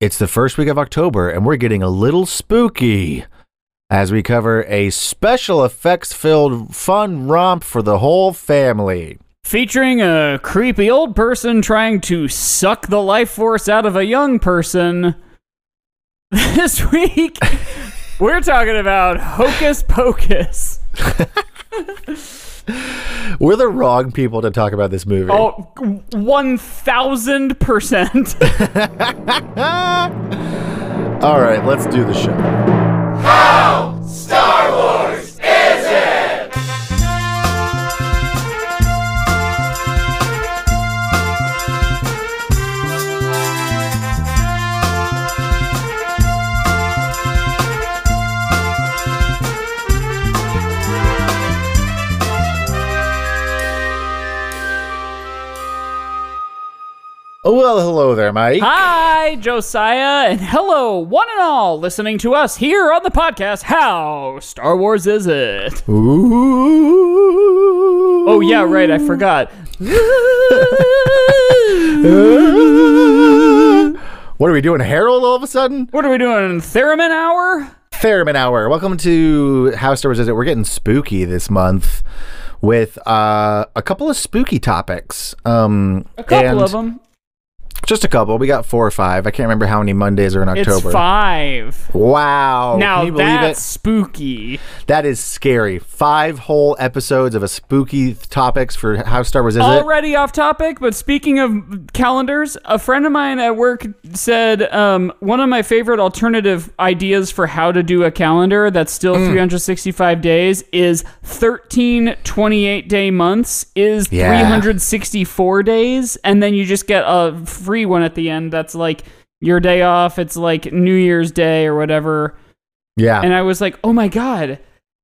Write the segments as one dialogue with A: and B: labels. A: It's the first week of October, and we're getting a little spooky as we cover a special effects filled fun romp for the whole family.
B: Featuring a creepy old person trying to suck the life force out of a young person. This week, we're talking about Hocus Pocus.
A: We're the wrong people to talk about this movie.
B: Oh, 1000%.
A: All right, let's do the show. Oh, Well, hello there, Mike.
B: Hi, Josiah, and hello, one and all, listening to us here on the podcast. How Star Wars is it?
A: Ooh.
B: Oh, yeah, right, I forgot.
A: What are we doing, Harold? All of a sudden,
B: What are we doing? Theremin hour?
A: Theremin Hour. Welcome to House Stars. Is it? We're getting spooky this month with uh, a couple of spooky topics. Um,
B: A couple
A: and
B: of them.
A: Just a couple. We got four or five. I can't remember how many Mondays are in October.
B: It's five.
A: Wow!
B: now
A: Oh, Can you believe
B: that's spooky.
A: it? That is scary. Five whole episodes of a spooky th- topics for House Star Wars. Is it?
B: Already off topic, but speaking of calendars, a friend of mine at work said um, one of my favorite alternative ideas for how to do a calendar that's still
A: Mm.
B: 365 days is 13 28 day months is
A: Yeah.
B: 364 days, and then you just get a free one at the end that's like your day off. It's like New Year's Day or whatever.
A: Yeah.
B: And I was like, oh my God,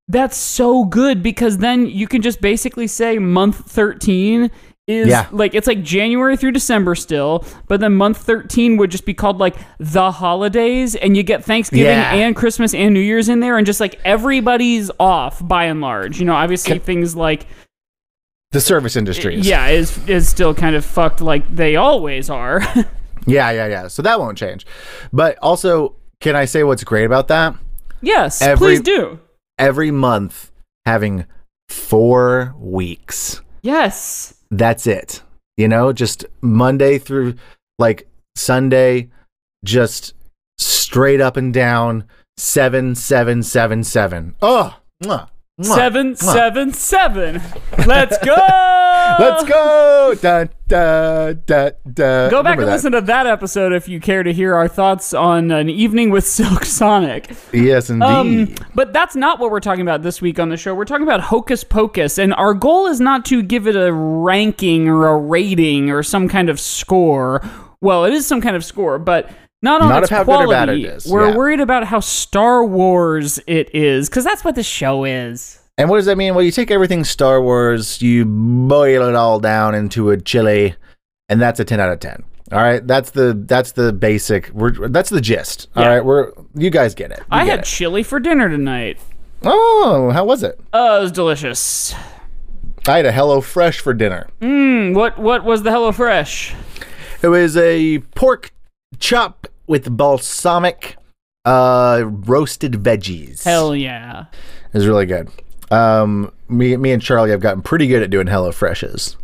B: that's so good because then you can just basically say month 13 is
A: Yeah.
B: like, it's like January through December still, but then month 13 would just be called like the holidays and you get Thanksgiving
A: Yeah.
B: and Christmas and New Year's in there and just like everybody's off by and large. You know, obviously things like,
A: the service industries.
B: yeah, is, is still kind of fucked like they always are.
A: Yeah, yeah, yeah. So that won't change. But also, can I say what's great about that?
B: yes,
A: Every-
B: please do.
A: Every month having four weeks.
B: Yes.
A: That's it. You know, just Monday through like Sunday, just straight up and down seven, seven, seven, seven. Oh, mwah, mwah.
B: Seven, seven, seven. Let's go.
A: Let's go. Da, da, da, da.
B: Go back
A: Remember
B: and
A: that.
B: listen to that episode if you care to hear our thoughts on an evening with Silk Sonic.
A: Yes,
B: Um,
A: indeed.
B: but that's not what we're talking about this week on the show. We're talking about Hocus Pocus, and our goal is not to give it a ranking or a rating or some kind of score. Well, it is some kind of score, but not on
A: Not
B: its
A: of how good or
B: quality.
A: bad it is,
B: We're
A: yeah.
B: worried about how Star Wars it is, because that's what the show is.
A: and what does that mean? Well, you take everything Star Wars, you boil it all down into a chili, and that's a ten out of ten. All right, that's the that's the basic. We're, that's the gist. All
B: Yeah.
A: right, we're you guys get it. You
B: I
A: get
B: had
A: it.
B: chili for dinner tonight.
A: Oh, how was it?
B: Oh, it was delicious.
A: I had a Hello Fresh for dinner.
B: Mm, what what was the Hello Fresh?
A: It was a pork chop with balsamic uh roasted veggies.
B: Hell yeah.
A: It was really good. Um me me and Charlie have gotten pretty good at doing Hello Freshes.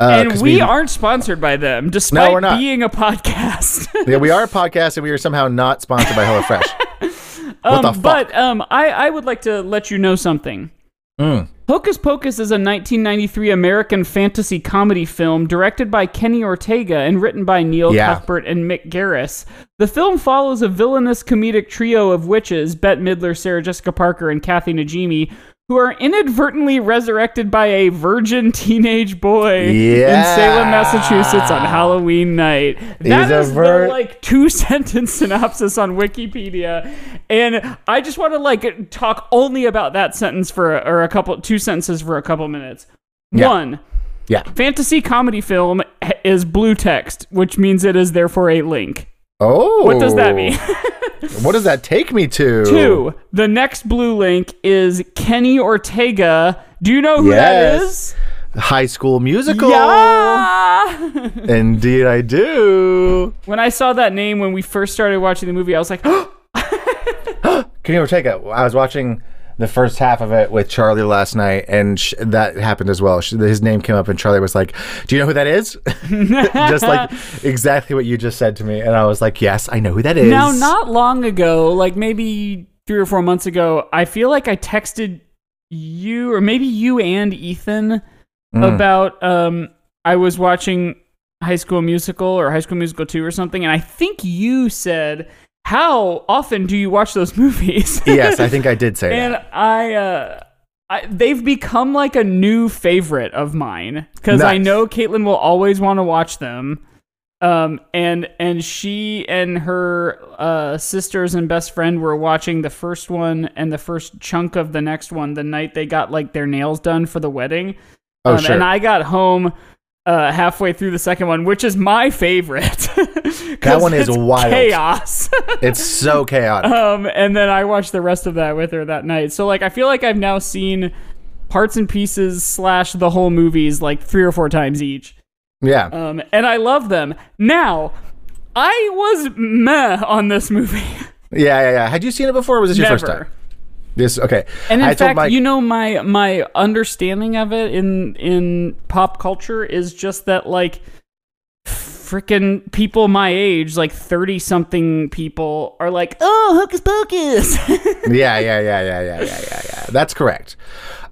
A: Uh,
B: and
A: 'cause
B: we aren't sponsored by them, despite
A: we're not.
B: being a podcast.
A: yeah, we are a podcast and we are somehow not sponsored by HelloFresh. what the
B: Um,
A: fuck?
B: But um, I, I would like to let you know something.
A: Hmm.
B: Hocus Pocus is a 1993 American fantasy comedy film directed by Kenny Ortega and written by Neil
A: Yeah.
B: Cuthbert and Mick Garris. The film follows a villainous comedic trio of witches, Bette Midler, Sarah Jessica Parker, and Kathy Najimy, who are inadvertently resurrected by a virgin teenage boy
A: Yeah.
B: in Salem, Massachusetts on Halloween night. That
A: a
B: is
A: vir-
B: the like two sentence synopsis on Wikipedia, and I just want to like talk only about that sentence for a, or a couple two sentences for a couple minutes.
A: Yeah.
B: One
A: yeah.
B: fantasy comedy film is blue text, which means it is therefore a link.
A: Oh.
B: What does that mean?
A: what does that take me to?
B: Two. The next blue link is Kenny Ortega. Do you know who that
A: Yes.
B: is?
A: High School Musical.
B: Yeah.
A: Indeed, I do.
B: when I saw that name when we first started watching the movie, I was like, oh,
A: Kenny Ortega. I was watching the first half of it with Charlie last night, and sh- that happened as well. Sh his name came up, and Charlie was like, "Do you know who that is?" just like exactly what you just said to me, and I was like, "Yes, I know who that is."
B: Now, not long ago, like maybe three or four months ago, I feel like I texted you, or maybe you and Ethan,
A: Mm.
B: about um, I was watching High School Musical or High School Musical 2 or something, and I think you said, How often do you watch those movies?
A: yes, I think I did say
B: and
A: that.
B: I, uh, I, they've become like a new favorite of mine because I
A: Nice.
B: know Caitlin will always want to watch them. Um, and and she and her uh, sisters and best friend were watching the first one and the first chunk of the next one the night they got like their nails done for the wedding.
A: Oh,
B: Um,
A: sure.
B: And I got home uh, halfway through the second one, which is my favorite. 'Cause
A: one is
B: it's
A: wild.
B: Chaos.
A: it's so chaotic.
B: um, and then I watched the rest of that with her that night. So like, I feel like I've now seen parts and pieces slash the whole movies like three or four times each.
A: Yeah.
B: Um, and I love them. Now, I was meh on this movie.
A: Yeah, yeah, yeah. Had you seen it before? Or was this your
B: Never.
A: first time? This okay.
B: And in
A: I told
B: fact,
A: Mike,
B: you know my my understanding of it in in pop culture is just that like freaking people my age, like thirty something people, are like, oh, hocus pocus.
A: yeah, yeah, yeah, yeah, yeah, yeah, yeah, yeah. That's correct.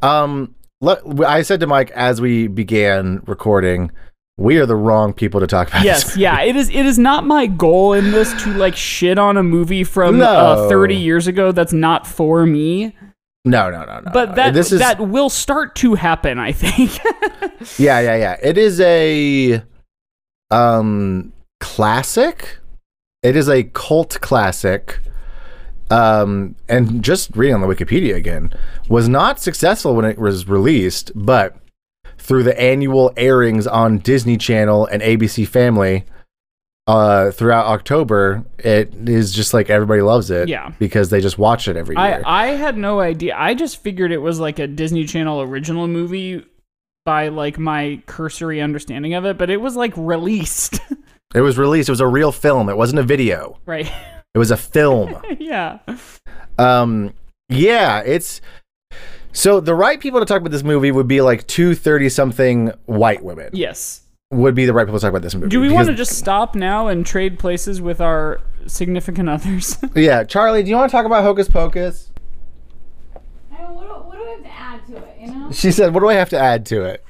A: Um, let, I said to Mike as we began recording, we are the wrong people to talk about.
B: yes
A: This.
B: yeah it is it is not my goal in this to like shit on a movie from uh,
A: No.
B: 30 years ago that's not for me
A: No, no, no, no. no.
B: but that
A: this is
B: that will start to happen i think
A: yeah, yeah, yeah. It is a um classic. It is a cult classic. Um, and just reading on the Wikipedia again, was not successful when it was released, but through the annual airings on Disney Channel and ABC Family uh, throughout October, it is just like everybody loves it.
B: Yeah.
A: Because they just watch it every year.
B: i i had no idea i just figured it was like a disney channel original movie by like my cursory understanding of it but it was like released
A: it was released. It was a real film. It wasn't a video.
B: right
A: It was a film.
B: yeah
A: um yeah it's so the right people to talk about this movie would be like 230 something white women
B: yes
A: would be the right people to talk about this movie
B: do we
A: Because-
B: want to just stop now and trade places with our significant others
A: yeah charlie do you want to talk about hocus pocus
C: I mean, what, do, what do I have to add to it? You know,
A: she said what do i have to add to it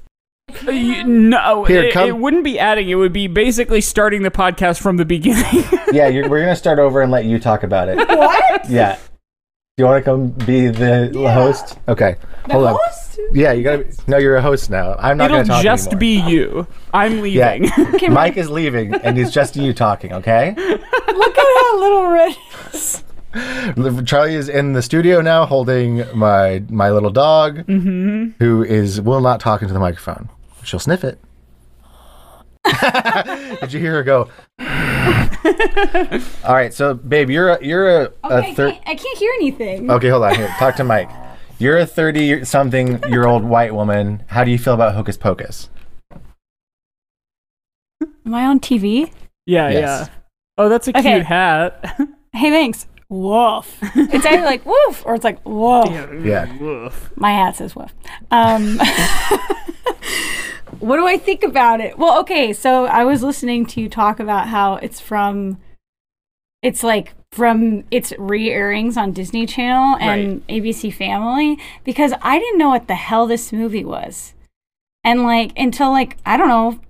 B: You- no,
A: Here,
B: it,
A: come-
B: it wouldn't be adding. It would be basically starting the podcast from the beginning.
A: yeah you're, we're gonna start over and let you talk about it
C: what
A: yeah do you want to come be the
C: Yeah.
A: host okay
C: the
A: hold on
C: host?
A: yeah you gotta be, no you're a host now i'm not
B: It'll
A: gonna talk
B: just
A: anymore.
B: be you. I'm leaving.
C: Can
A: mike is leaving and it's just you talking okay
C: Look at how little red.
A: Charlie is in the studio now, holding my my little dog,
C: Mm-hmm.
A: who is will not talk into the microphone. She'll sniff it. Did you hear her go? All right, so babe, you're a, you're a,
C: Okay,
A: a thir- Oh.
C: I, can't, I can't hear anything.
A: okay. Hold on, here, talk to Mike. You're a thirty something year old white woman. How do you feel about Hocus Pocus?
C: Am I on TV?
B: yeah,
A: Yes.
B: yeah. Oh, that's a
C: Okay.
B: cute hat.
C: Hey, thanks. Woof. it's either like woof or it's like woof.
A: Yeah.
B: Woof.
C: My hat says woof. Um, what do I think about it? Well, okay, so I was listening to you talk about how it's from, it's like from its re airings on Disney Channel and ABC Family because I didn't know what the hell this movie was. And like until like, I don't know,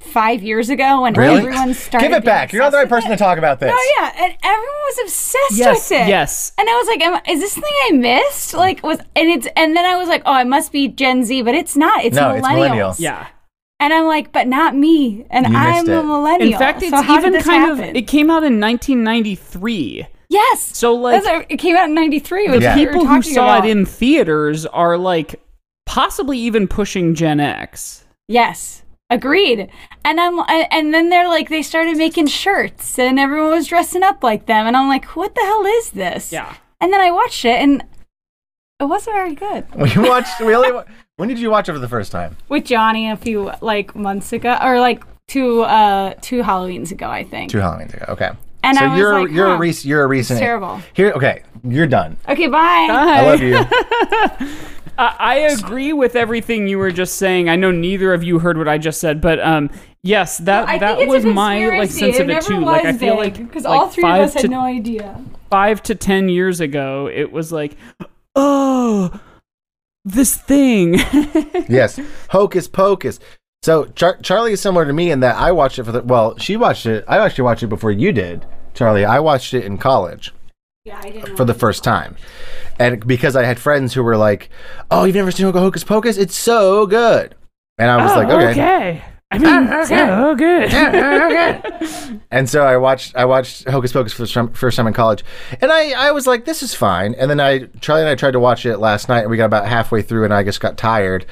C: five years ago when
A: Really?
C: everyone started.
A: Give it
C: being
A: back. You're not the right
C: obsessed
A: person
C: with it.
A: to talk about this.
C: Oh yeah, and everyone was obsessed
B: Yes,
C: with it.
B: yes.
C: And I was like, Am, "Is this thing I missed?" Like, was and it's and then I was like, "Oh, I must be Gen Z," but it's not. It's
A: No,
C: millennials.
A: it's millennial.
B: Yeah.
C: And I'm like, "But not me." And
A: You missed
C: I'm
A: it.
C: a
A: In
C: millennial.
B: In fact, it's
C: so how did
B: even
C: this
B: kind
C: happen?
B: of. It came out in 1993.
C: yes.
B: So, like,
C: That's what- it came out in '93.
B: the
C: Which we were
B: people who
C: talking
B: saw
C: about.
B: it in theaters are like possibly even pushing Gen X.
C: Yes. Agreed. And I'm I, and then they're like they started making shirts and everyone was dressing up like them and I'm like, "What the hell is this?"
B: Yeah.
C: And then I watched it and It wasn't very good.
D: We watched. We only. wa- When did you watch it for the first time?
C: With Johnny a few like months ago, or like two uh two Halloweens ago, I think.
D: Two Halloweens ago. Okay.
C: And
D: so
C: I was
D: you're
C: like,
D: you're
C: huh,
D: a rec- you're a recent.
C: terrible.
D: Here. Okay. You're done.
C: Okay, bye.
D: I love you.
B: I, I agree with everything you were just saying. I know neither of you heard what I just said, but um, yes, that
C: I think
B: that
C: it's
B: was
C: a
B: my like
C: conspiracy.
B: sense
C: it
B: of it
C: never
B: too.
C: Was
B: Like I feel like
C: because
B: like,
C: all three of
B: five
C: us had
B: to
C: no idea.
B: five to ten years ago, it was like, oh, this thing.
D: yes.
A: Hocus Pocus. So Char- Charlie is similar to me in that I watched it for the well, she watched it. I actually watched it before you did, Charlie. I watched it in college
C: Yeah, I didn't.
A: for the first time, and because I had friends who were like, "Oh, you've never seen Hocus Pocus? It's so good," and I was
C: Oh,
A: like, "Okay."
B: I mean,
C: Uh,
B: so good.
A: And so I watched I watched Hocus Pocus for the shum- first time in college, and I I was like, "This is fine." And then I Charlie and I tried to watch it last night, and we got about halfway through, and I just got tired,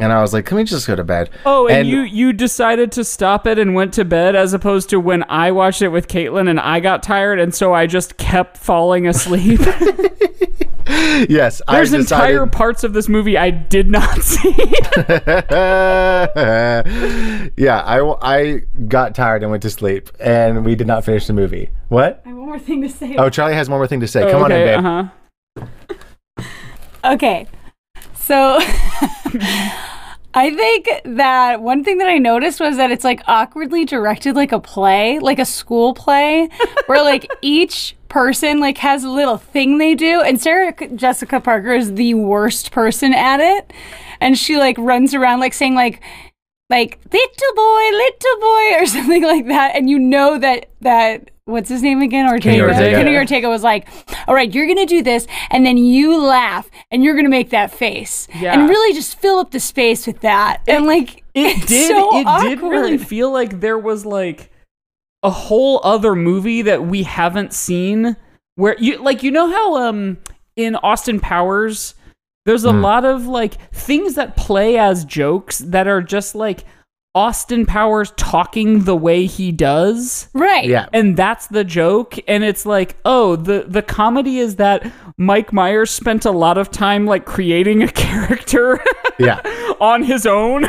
A: and I was like, "Can we just go to bed?"
B: Oh, and, you you decided to stop it and went to bed as opposed to when I watched it with Caitlin and I got tired and so I just kept falling asleep.
A: yes, I
B: There's
A: decided-
B: entire parts of this movie I did not see.
A: yeah, I, w- I got tired and went to sleep, and we did not finish the movie. What?
C: I have one more thing to say.
A: Oh, Charlie has one more thing to say. Come on in,
B: okay,
A: babe.
B: uh-huh.
C: Okay. So I think that one thing that I noticed was that it's like awkwardly directed like a play, like a school play, where like each person like has a little thing they do and Sarah C- Jessica Parker is the worst person at it and she like runs around like saying like like little boy, little boy or something like that and you know that that what's his name again Ortega
A: Ortega.
C: Kenny Ortega was like, "All right, you're going to do this and then you laugh and you're going to make that face."
B: Yeah.
C: And really just fill up the space with that. and like
B: It
C: it's
B: did
C: so
B: it did really
C: awkward.
B: feel like there was like a whole other movie that we haven't seen where you like you know how um in Austin Powers there's
A: Hmm.
B: a lot of like things that play as jokes that are just like Austin Powers talking the way he does
C: Right.
A: Yeah.
B: and that's the joke and it's like oh the the comedy is that Mike Myers spent a lot of time like creating a character
A: Yeah.
B: on his own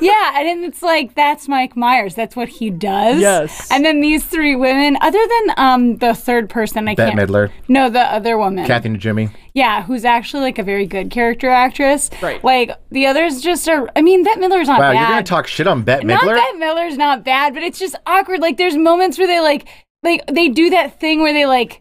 C: Yeah, and then it's like that's Mike Myers. That's what he does.
B: Yes.
C: And then these three women, other than um the third person, I
A: Bette
C: can't.
A: Midler,
C: No, the other woman.
A: Kathy and Jimmy.
C: Yeah, who's actually like a very good character actress.
B: Right.
C: Like the others just are. I mean, Bette Midler's not
A: Wow,
C: bad.
A: you're going to talk shit on Bette
C: Not
A: Midler?
C: that Miller's not bad, but it's just awkward. Like there's moments where they like like they do that thing where they like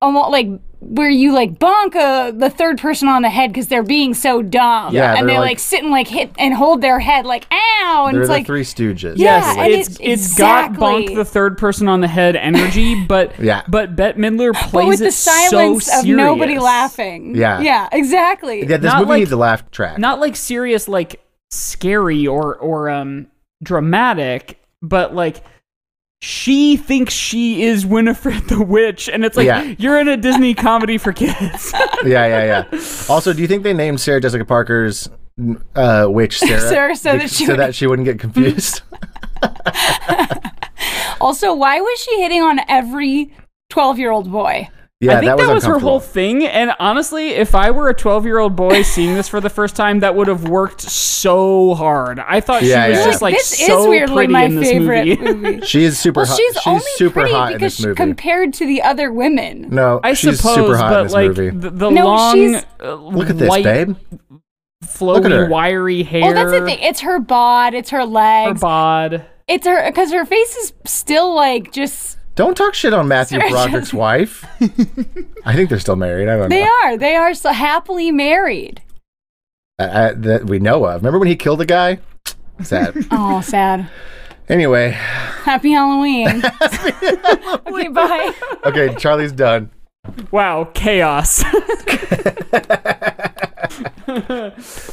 C: almost like where you like bonk uh, the third person on the head because they're being so dumb.
A: Yeah,
C: and
A: they're
C: they
A: like-
C: like, sit and like hit and hold their head like ow, and
A: They're
C: it's
A: the
C: like
A: Three Stooges.
C: Yeah.
B: Yes,
C: and
B: it's
C: it's
B: it's got bonk
C: exactly-
B: the third person on the head energy, but
A: Yeah.
B: but Bette Midler plays
C: but with
B: it
C: the silence
B: so
C: of nobody
B: serious.
C: laughing.
A: Yeah.
C: yeah, exactly.
A: Yeah, this
B: Not
A: movie
B: like-
A: needs a laugh track.
B: Not like serious, like scary or or um dramatic, but like she thinks she is Winifred the witch, and it's like
A: Yeah.
B: you're in a Disney comedy for kids.
A: yeah, yeah, yeah. Also, do you think they named Sarah Jessica Parker's uh, witch Sarah?
C: Sarah, so
A: Bec-
C: that she
A: so
C: would-
A: that she wouldn't get confused?
C: Also, why was she hitting on every twelve-year-old boy?
A: yeah,
B: I think that was, her
A: uncomfortable.
B: whole thing. And honestly, if I were a 12 year old boy seeing this for the first time, that would have worked so hard. I thought
A: Yeah,
B: she was
A: yeah.
B: just like
C: this
B: so
C: is weirdly
B: pretty
C: my
B: in this
C: favorite
B: movie.
A: She is super
C: Well,
A: hot.
C: she's, only
A: super
C: pretty
A: hot in
C: because
A: this
C: she-
A: movie.
C: compared to the other women.
A: no,
B: I
A: she's
B: suppose,
A: super hot
B: but
A: in this
B: like
A: movie.
B: the, the
C: No,
B: long,
C: she's-
B: uh,
A: Look at this,
B: white,
A: babe. at her.
B: flowy, wiry hair.
C: Oh, that's the thing. It's her bod. It's her
B: Her
C: legs.
B: bod.
C: it's her because her face is still like just.
A: Don't talk shit on Matthew
C: Sarah
A: Broderick's wife. I think they're still married. I don't
C: They
A: know.
C: are. They are so happily married.
A: I, I, that we know of. Remember when he killed a guy? Sad.
C: Oh, sad.
A: anyway,
C: Happy Halloween. okay, bye.
A: okay, Charlie's done.
B: Wow, chaos.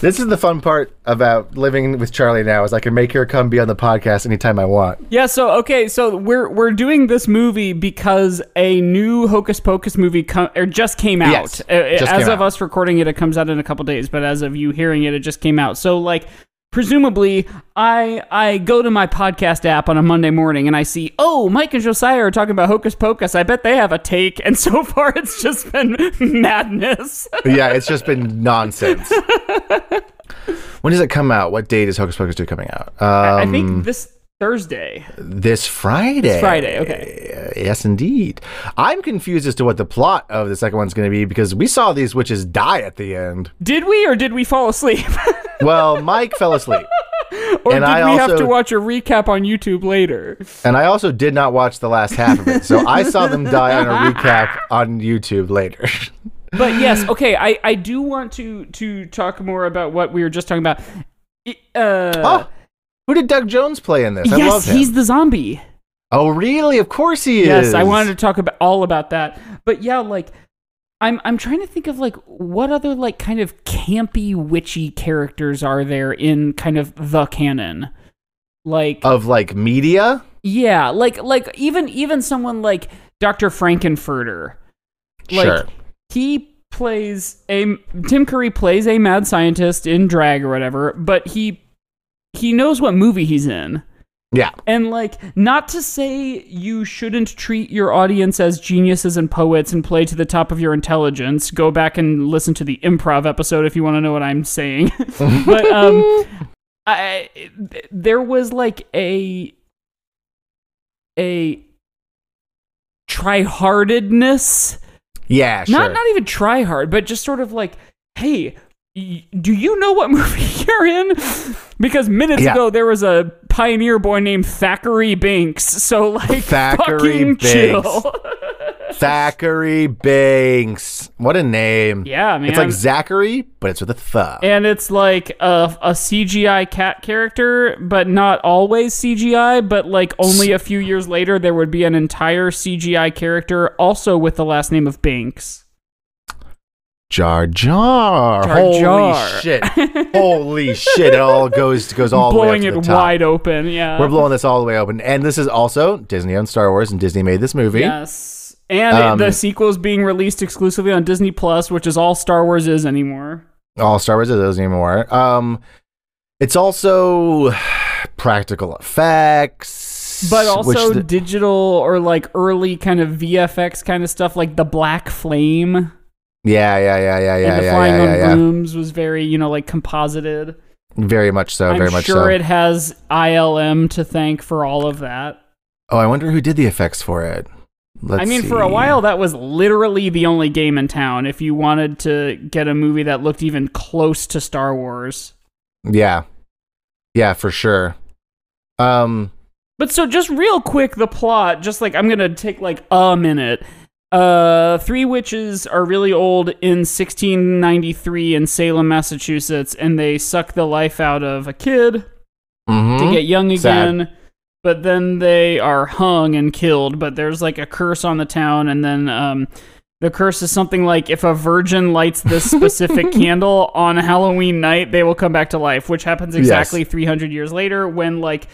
A: This is the fun part about living with Charlie now is I can make her come be on the podcast anytime I want.
B: Yeah, so okay, so we're we're doing this movie because a new Hocus Pocus movie com- or just came out.
A: Yes,
B: Uh,
A: just
B: as
A: came
B: of
A: out.
B: us recording it, it comes out in a couple days, but as of you hearing it, it just came out. So like presumably I I go to my podcast app on a Monday morning and I see, oh, Mike and Josiah are talking about Hocus Pocus. I bet they have a take. And so far it's just been madness.
A: yeah, it's just been nonsense. when does it come out? What date is Hocus Pocus 2 coming out?
B: I
A: Um,
B: think this Thursday.
A: this Friday.
B: Friday, okay.
A: Uh, Yes, indeed. I'm confused as to what the plot of the second one's going to be because we saw these witches die at the end.
B: Did we or did we fall asleep?
A: Well, Mike fell asleep.
B: or
A: And
B: did
A: I
B: we have
A: also-
B: to watch a recap on YouTube later?
A: And I also did not watch the last half of it. So I saw them die on a recap on YouTube later.
B: but yes, okay, I, I do want to to talk more about what we were just talking about. I- Uh,
A: oh, who did Doug Jones play in this? I love
B: yes,
A: him.
B: he's the zombie.
A: oh, really? Of course he is.
B: Yes, I wanted to talk about all about that. But yeah, like I'm I'm trying to think of like what other like kind of campy witchy characters are there in kind of the canon. Like
A: Of like media?
B: yeah, like like even even someone like Dr. Frankenfurter. Like
A: Sure.
B: he plays a Tim Curry plays a mad scientist in drag or whatever, but he he knows what movie he's in.
A: Yeah.
B: And like, not to say you shouldn't treat your audience as geniuses and poets and play to the top of your intelligence. Go back and listen to the improv episode if you want to know what I'm saying. but um, I th- there was like a a try-hardedness
A: Yeah, sure.
B: not not even try hard, but just sort of like, hey, y- do you know what movie you're in? Because minutes
A: Yeah.
B: ago there was a pioneer boy named Thackeray Binks, so like
A: Thackeray
B: fucking chill.
A: Binks. Thackeray Banks. What a name.
B: yeah, man.
A: It's like Zachary, but it's with a th.
B: and it's like a, a CGI cat character, but not always CGI. But like only a few years later, there would be an entire CGI character also with the last name of Binks.
A: Jar Jar.
B: Jar
A: Holy
B: Jar.
A: shit. Holy shit. It all goes goes all
B: blowing
A: the way up to
B: it
A: the top.
B: wide open. Yeah,
A: We're blowing this all the way open. And this is also Disney owned Star Wars, and Disney made this movie.
B: Yes. And it-
A: Um,
B: the sequel is being released exclusively on Disney Plus, which is all Star Wars is anymore.
A: All Star Wars is Disney anymore. Um, it's also practical effects.
B: But
A: which
B: also
A: the-
B: digital or like early kind of VFX kind of stuff, like the Black Flame
A: yeah, yeah, yeah, yeah, yeah,
B: and the
A: yeah,
B: flying
A: yeah,
B: on
A: yeah, yeah.
B: brooms was very, you know, like composited.
A: Very much so.
B: I'm
A: very much
B: sure
A: so.
B: it has ILM to thank for all of that.
A: oh, I wonder who did the effects for it. Let's
B: I mean,
A: see.
B: for a while, that was literally the only game in town if you wanted to get a movie that looked even close to Star Wars.
A: Yeah, yeah, for sure. Um,
B: But so just real quick the plot, just like I'm going to take like a minute. Uh three witches are really old in 1693 in Salem, Massachusetts and they suck the life out of a kid to
A: mhm.
B: get young
A: Sad.
B: again. But then they are hung and killed, but there's like a curse on the town and then um the curse is something like if a virgin lights this specific candle on Halloween night, they will come back to life, which happens
A: Yes.
B: exactly 300 years later when like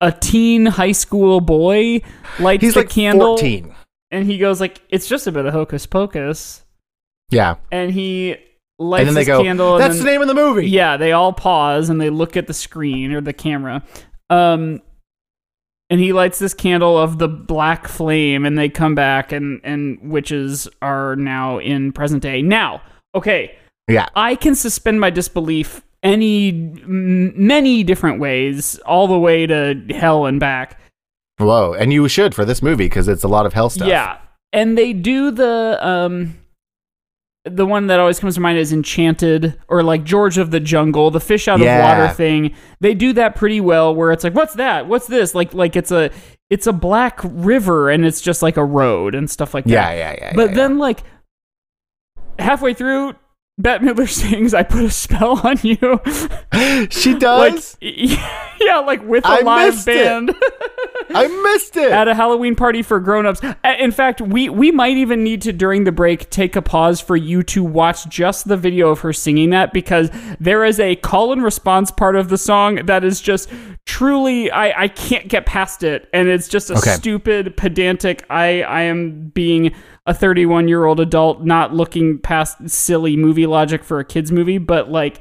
B: a teen high school boy lights
A: He's
B: the
A: like
B: candle
A: fourteen.
B: and he goes like it's just a bit of hocus pocus
A: Yeah,
B: and he lights
A: and then they
B: his
A: go.
B: candle and
A: That's
B: then-
A: the name of the movie.
B: yeah, they all pause and they look at the screen or the camera. Um, and he lights this candle of the black flame, and they come back, and and witches are now in present day. Now, okay,
A: Yeah.
B: I can suspend my disbelief any m- many different ways, all the way to hell and back.
A: Whoa, and you should for this movie because it's a lot of hell stuff.
B: Yeah, and they do the um, the one that always comes to mind is Enchanted or like George of the Jungle, the fish out
A: Yeah.
B: of water thing. They do that pretty well, where it's like, what's that? What's this? Like, like it's a it's a black river, and it's just like a road and stuff like that.
A: yeah, yeah, yeah.
B: But
A: yeah,
B: then like halfway through. Bette Midler sings, "I put a spell on you."
A: yeah. she
B: like,
A: does.
B: yeah, like with a
A: I
B: live
A: missed it.
B: band.
A: I missed it.
B: at a Halloween party for grown-ups. A- In fact, we we might even need to during the break take a pause for you to watch just the video of her singing that because there is a call and response part of the song that is just truly I I can't get past it and it's just a
A: Okay.
B: stupid pedantic I I am being a 31-year-old adult not looking past silly movie logic for a kids movie but like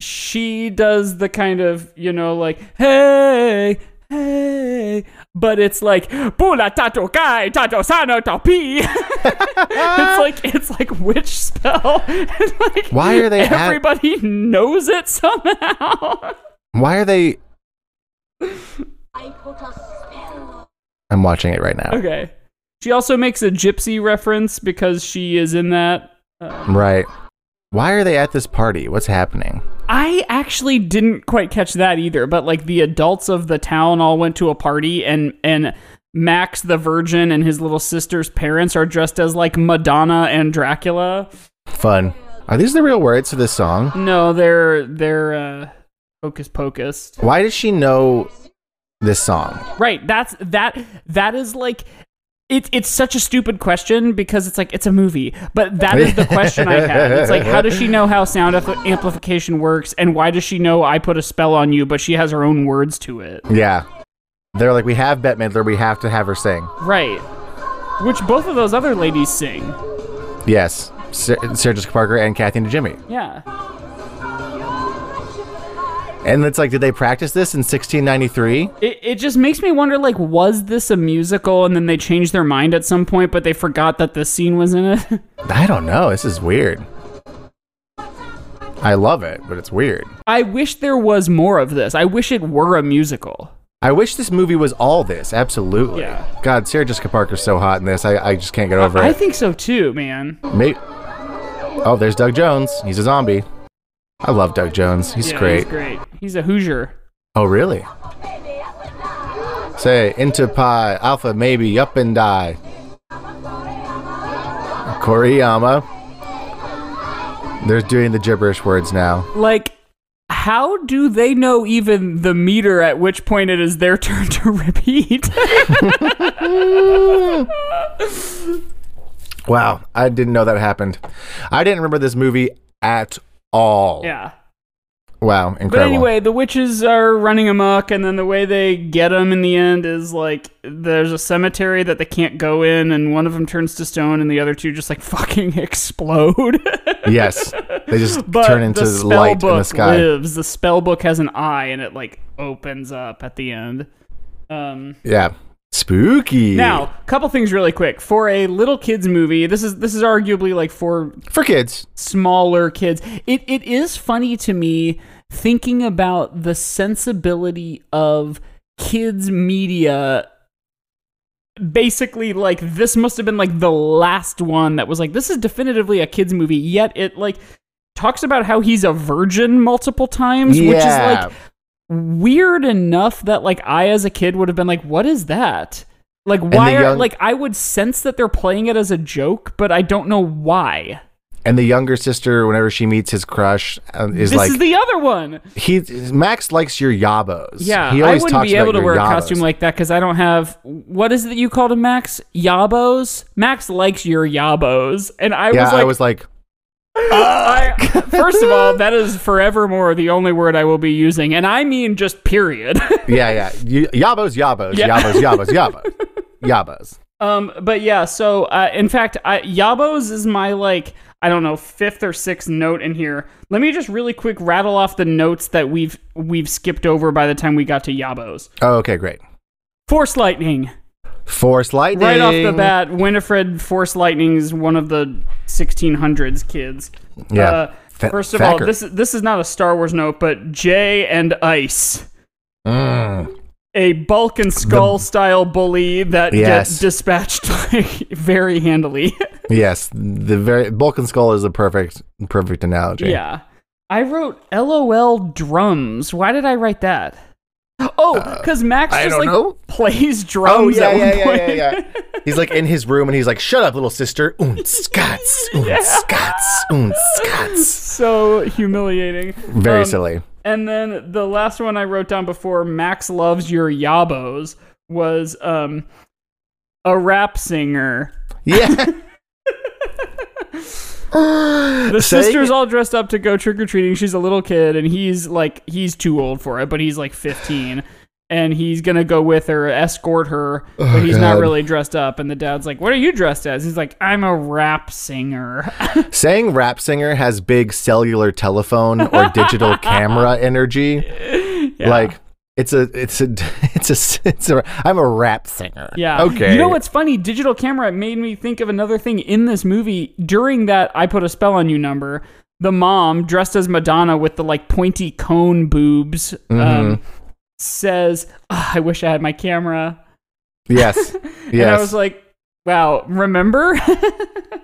B: she does the kind of you know like hey hey but it's like bula tato kai tato sano tapi
A: Uh.
B: it's like it's like which spell And, like,
A: Why are they at- Uh.
B: everybody knows it somehow
A: Why are they? I'm watching it right now.
B: okay she also makes a gypsy reference because she is in that
A: Right. Why are they at this party? What's happening?
B: I actually didn't quite catch that either, but like the adults of the town all went to a party and and Max the virgin and his little sister's parents are dressed as like Madonna and Dracula.
A: Fun. Are these the real words to this song?
B: No, they're they're uh hocus pocus.
A: Why does she know this song?
B: Right, that's that that is like it, it's such a stupid question because it's like it's a movie, but that is the question I had. It's like, how does she know how sound ampl- amplification works, and why does she know I put a spell on you, but she has her own words to it?
A: Yeah. They're like, we have Bette Midler. We have to have her sing.
B: Right. Which both of those other ladies sing.
A: Yes. Sir, Sarah Jessica Parker and Kathy and Jimmy.
B: Yeah.
A: And it's like, did they practice this in 1693?
B: It, it just makes me wonder like, was this a musical and then they changed their mind at some point, but they forgot that this scene was in it?
A: I don't know. This is weird. I love it, but it's weird.
B: I wish there was more of this. I wish it were a musical.
A: I wish this movie was all this. Absolutely.
B: Yeah.
A: God, Sarah Jessica Parker's so hot in this. I, I just can't get over
B: I
A: it.
B: think so too, man.
A: Mate. Oh, there's Doug Jones. He's a zombie. I love Doug Jones. He's
B: Yeah,
A: great.
B: He's great. He's a Hoosier.
A: Oh, really? Say, into pi, alpha, maybe, up and die. Koriyama. They're doing the gibberish words now.
B: Like, how do they know even the meter at which point it is their turn to repeat?
A: Wow, I didn't know that happened. I didn't remember this movie at all.
B: yeah.
A: Wow,
B: But
A: incredible.
B: anyway, the witches are running amok, and then the way they get them in the end is like there's a cemetery that they can't go in, and one of them turns to stone, and the other two just like fucking explode.
A: yes, they just
B: but
A: turn into
B: the
A: the
B: spell
A: light
B: book
A: in the sky.
B: lives. The spell book has an eye, and it like opens up at the end. Um,
A: Yeah, spooky.
B: now, couple things really quick for a little kids movie. This is this is arguably like for
A: for kids,
B: smaller kids. It it is funny to me thinking about the sensibility of kids media basically like this must have been like the last one that was like this is definitively a kids movie yet it like talks about how he's a virgin multiple times which is
A: Yeah.
B: like weird enough that like I as a kid would have been like, what is that? Like why
A: the
B: are
A: young-
B: like I would sense that they're playing it as a joke, but I don't know why.
A: and the younger sister, whenever she meets his crush, uh, is
B: this
A: like
B: is the other one.
A: he Max likes your yabos.
B: Yeah,
A: he
B: I
A: always
B: wouldn't
A: talks
B: be able
A: about
B: to
A: your
B: wear a
A: yabos.
B: costume like that because I don't have what is it that you called him, Max? Yabos. Max likes your yabos, and I
A: yeah,
B: was
A: I
B: like, "Uh,
A: was like,
B: I- first of all, that is forevermore the only word I will be using, and I mean just period.
A: yeah, yeah, you, yabos, yabos,
B: Yeah.
A: yabos, yabos, yabos, yabos.
B: Um, but yeah, so uh, in fact, I, Yabos is my like I don't know fifth or sixth note in here. Let me just really quick rattle off the notes that we've we've skipped over by the time we got to Yabos.
A: Oh, okay, great.
B: Force lightning,
A: Force lightning.
B: right off the bat, Winifred Force lightning is one of the 1600s kids.
A: Yeah.
B: Uh,
A: Fa-
B: first of all,
A: Thacker.
B: this this is not a Star Wars note, but Jay and Ice.
A: Mm.
B: a bulk and skull style bully that
A: Yes.
B: gets dispatched like, very handily.
A: Yes, the very Vulcan skull is a perfect, perfect analogy.
B: yeah. I wrote LOL drums. Why did I write that? Oh, because Max
A: Uh, I
B: just
A: don't
B: like
A: know.
B: plays
A: Oh
B: drums
A: yeah,
B: at one
A: yeah, yeah,
B: point.
A: yeah, yeah. He's like in his room and he's like, "Shut up, little sister." Unscats, unscats, unscats.
B: so humiliating.
A: Very
B: Um,
A: silly.
B: And then the last one I wrote down before Max loves your yabos was um a rap singer.
A: Yeah.
B: The sister's all dressed up to go trick or treating. She's a little kid, and he's like, he's too old for it, but he's like 15. and he's gonna go with her, escort her, but he's not really dressed up. And the dad's like, "What are you dressed as?" He's like, "I'm a rap singer."
A: Saying rap singer has big cellular telephone or digital camera energy.
B: Yeah.
A: Like it's a it's a it's a it's a I'm a rap singer.
B: Yeah.
A: Okay.
B: You know what's funny? Digital camera made me think of another thing in this movie. During that I put a spell on you number, the mom dressed as Madonna with the like pointy cone boobs
A: Mm-hmm.
B: um, says, "Ah, "I wish I had my camera."
A: Yes.
B: And I
A: Yes.
B: was like, "Wow, remember?"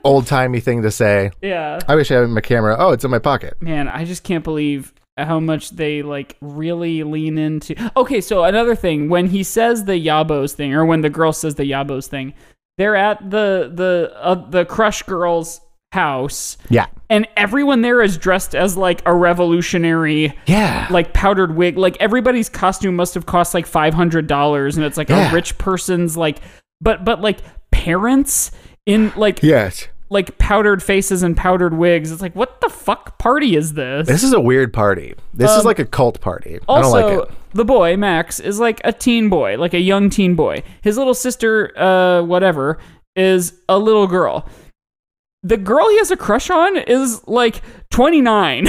A: Old timey thing to say.
B: yeah.
A: I wish I had my camera. Oh, it's in my pocket.
B: Man, I just can't believe how much they like really lean into. Okay, so another thing, when he says the yabos thing, or when the girl says the yabos thing, they're at the the uh, the crush girl's house,
A: Yeah.
B: and everyone there is dressed as like a revolutionary.
A: Yeah.
B: Like powdered wig, like everybody's costume must have cost like five hundred dollars, and it's like
A: Yeah.
B: a rich person's like, but but like parents in like
A: yes.
B: like powdered faces and powdered wigs. It's like what the fuck party is this?
A: This is a weird party. This
B: Um,
A: is like a cult party.
B: also,
A: I don't like it.
B: the boy Max is like a teen boy, like a young teen boy. His little sister, uh, whatever, is a little girl. The girl he has a crush on is like 29.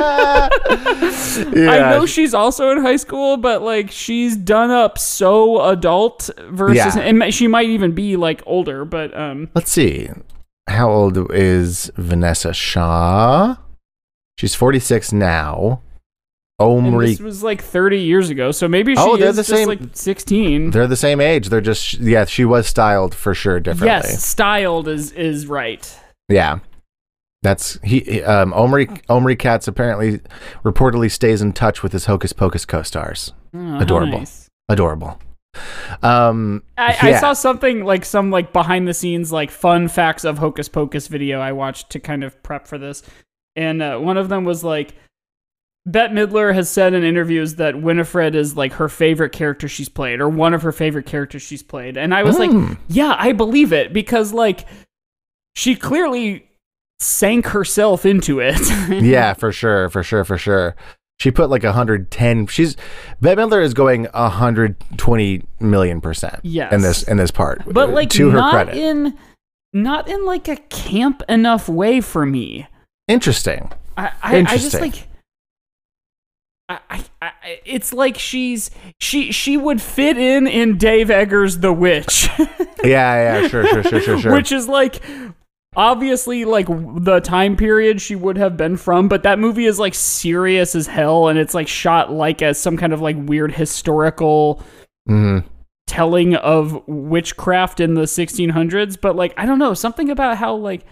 A: Yeah.
B: I know she's also in high school, but like she's done up so adult versus,
A: Yeah.
B: and she might even be like older, but um,
A: Let's see. How old is Vanessa Shaw? She's 46 now.
B: and
A: Omri.
B: this was like 30 years ago, so maybe she
A: Oh, they're
B: is
A: the
B: just
A: same-
B: like 16.
A: They're the same age. They're just, yeah, she was styled for sure differently.
B: Yes, styled is is right.
A: Yeah. That's he. he- Um, Omri Omri Katz apparently reportedly stays in touch with his Hocus Pocus co-stars.
B: Oh, how
A: Adorable.
B: nice.
A: Adorable. Um,
B: I, I
A: yeah.
B: saw something like some like behind the scenes like fun facts of Hocus Pocus video I watched to kind of prep for this, and uh, one of them was like, Bette Midler has said in interviews that Winifred is like her favorite character she's played or one of her favorite characters she's played, and I was
A: Mm.
B: like, yeah, I believe it because like she clearly sank herself into it.
A: yeah, for sure, for sure, for sure. She put like 110. She's Bette Midler is going 120 million percent.
B: Yes.
A: in this in this part,
B: but
A: uh,
B: like
A: to her
B: not
A: credit,
B: in not in like a camp enough way for me.
A: interesting.
B: I, I, I just
A: Interesting.
B: like I, I, I, it's like she's she she would fit in in Dave Eggers The Witch,
A: Yeah, yeah, sure, sure, sure, sure, sure.
B: which is like obviously like the time period she would have been from, but that movie is like serious as hell, and it's like shot like as some kind of like weird historical
A: Mhm.
B: telling of witchcraft in the 1600s but like i don't know something about how like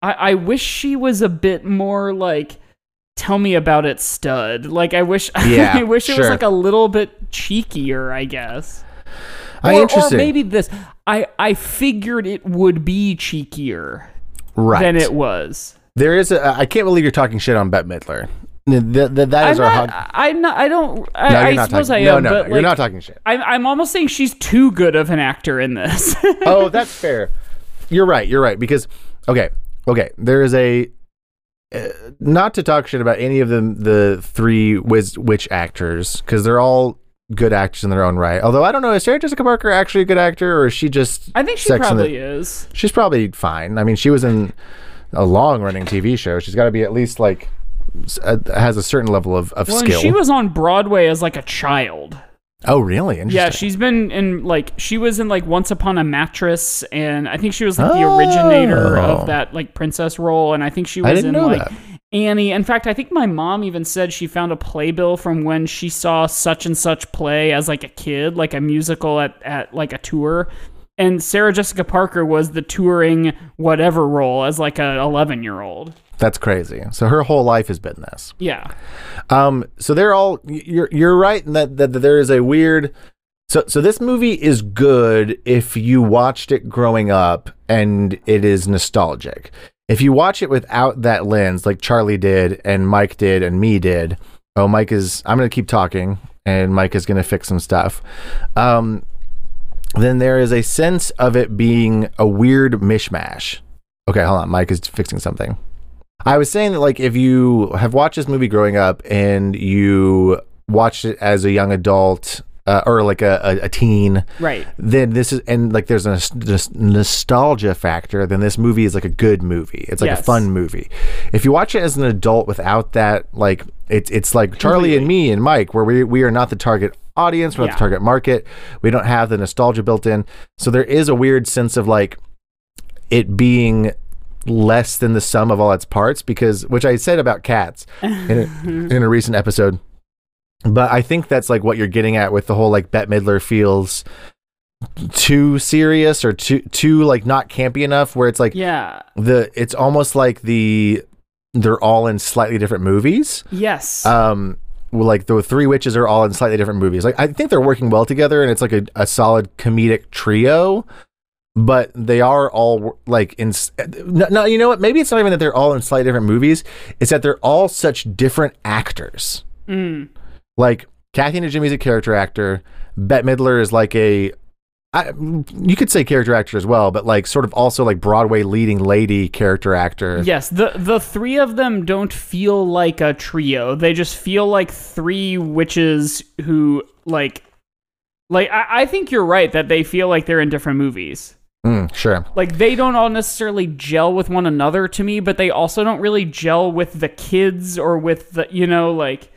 B: i i wish she was a bit more like tell me about it stud like i wish
A: Yeah,
B: i wish it was
A: sure.
B: like a little bit cheekier i guess
A: I
B: or,
A: Uh, Ah, interesting.
B: or maybe this i i figured it would be cheekier
A: right.
B: than it was
A: there is a. uh, I can't believe you're talking shit on Bette Midler. Th- th- th- that
B: i'm
A: is our.
B: not
A: hot-
B: i'm not i don't i,
A: no, you're
B: I
A: not
B: suppose
A: talking.
B: i
A: no,
B: am
A: no,
B: but
A: no,
B: like
A: you're not talking shit.
B: I'm, I'm almost saying she's too good of an actor in this
A: oh, that's fair. You're right. You're right. Because okay, okay, there is a uh, not to talk shit about any of the the three wiz- witch actors because they're all good actors in their own right. Although I don't know, is Sarah Jessica Parker actually a good actor, or is she just?
B: i think she
A: Sex and the-
B: probably is
A: She's probably fine. I mean, she was in a long running TV show. She's got to be at least like s- uh, has a certain level of of
B: Well, and
A: skill.
B: she was on Broadway as like a child.
A: oh, really? Interesting.
B: Yeah, she's been in like she was in like Once Upon a Mattress, and I think she was like the
A: Oh.
B: originator of that like princess role, and I think she
A: I
B: was
A: didn't
B: in
A: know
B: like
A: that.
B: Annie. In fact, I think my mom even said she found a playbill from when she saw such and such play as like a kid, like a musical at at like a tour. And Sarah Jessica Parker was the touring whatever role as like a 11 year old.
A: That's crazy. So her whole life has been this.
B: Yeah.
A: Um, so they're all y- you're you're right in that, that that there is a weird. So so this movie is good if you watched it growing up and it is nostalgic. If you watch it without that lens, like Charlie did and Mike did and me did. Oh, Mike is. I'm gonna keep talking, and Mike is gonna fix some stuff. Um, then there is a sense of it being a weird mishmash. Okay, hold on. Mike is fixing something. I was saying that like if you have watched this movie growing up and you watched it as a young adult uh, or like a, a, a teen,
B: Right.
A: then this is and like there's a nos- this nostalgia factor then this movie is like a good movie it's like a
B: Yes.
A: fun movie if you watch it as an adult without that like it's it's like charlie and me and mike where we, we are not the target audience we're not
B: Yeah.
A: the target market we don't have the nostalgia built in so there is a weird sense of like it being less than the sum of all its parts because which i said about cats in a, in a recent episode but i think that's like what you're getting at with the whole like bette midler feels too serious or too too like not campy enough where it's like
B: Yeah.
A: the it's almost like the they're all in slightly different movies
B: Yes.
A: um well, like the three witches are all in slightly different movies like i think they're working well together and it's like a, a solid comedic trio but they are all like in s- no, no you know what maybe it's not even that they're all in slightly different movies it's that they're all such different actors
B: Mm.
A: like kathy and jimmy's a character actor bette midler is like a I, you could say character actor as well but like sort of also like broadway leading lady character actor
B: Yes, the the three of them don't feel like a trio. They just feel like three witches who like like I, I think you're right that they feel like they're in different movies.
A: Mm, sure
B: Like they don't all necessarily gel with one another to me, but they also don't really gel with the kids or with the you know, like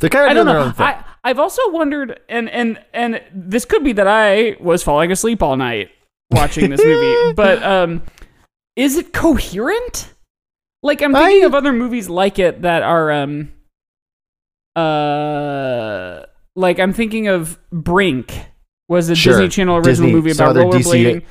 A: they're kind of
B: I
A: doing
B: don't
A: their
B: know.
A: own thing
B: I, I've also wondered, and and and this could be that I was falling asleep all night watching this movie, but um, is it coherent? Like I'm thinking
A: I-
B: of other movies like it that are um, uh, like I'm thinking of Brink was a
A: Sure.
B: Disney Channel original
A: Disney-
B: movie
A: some
B: about
A: other DC
B: rollerblading.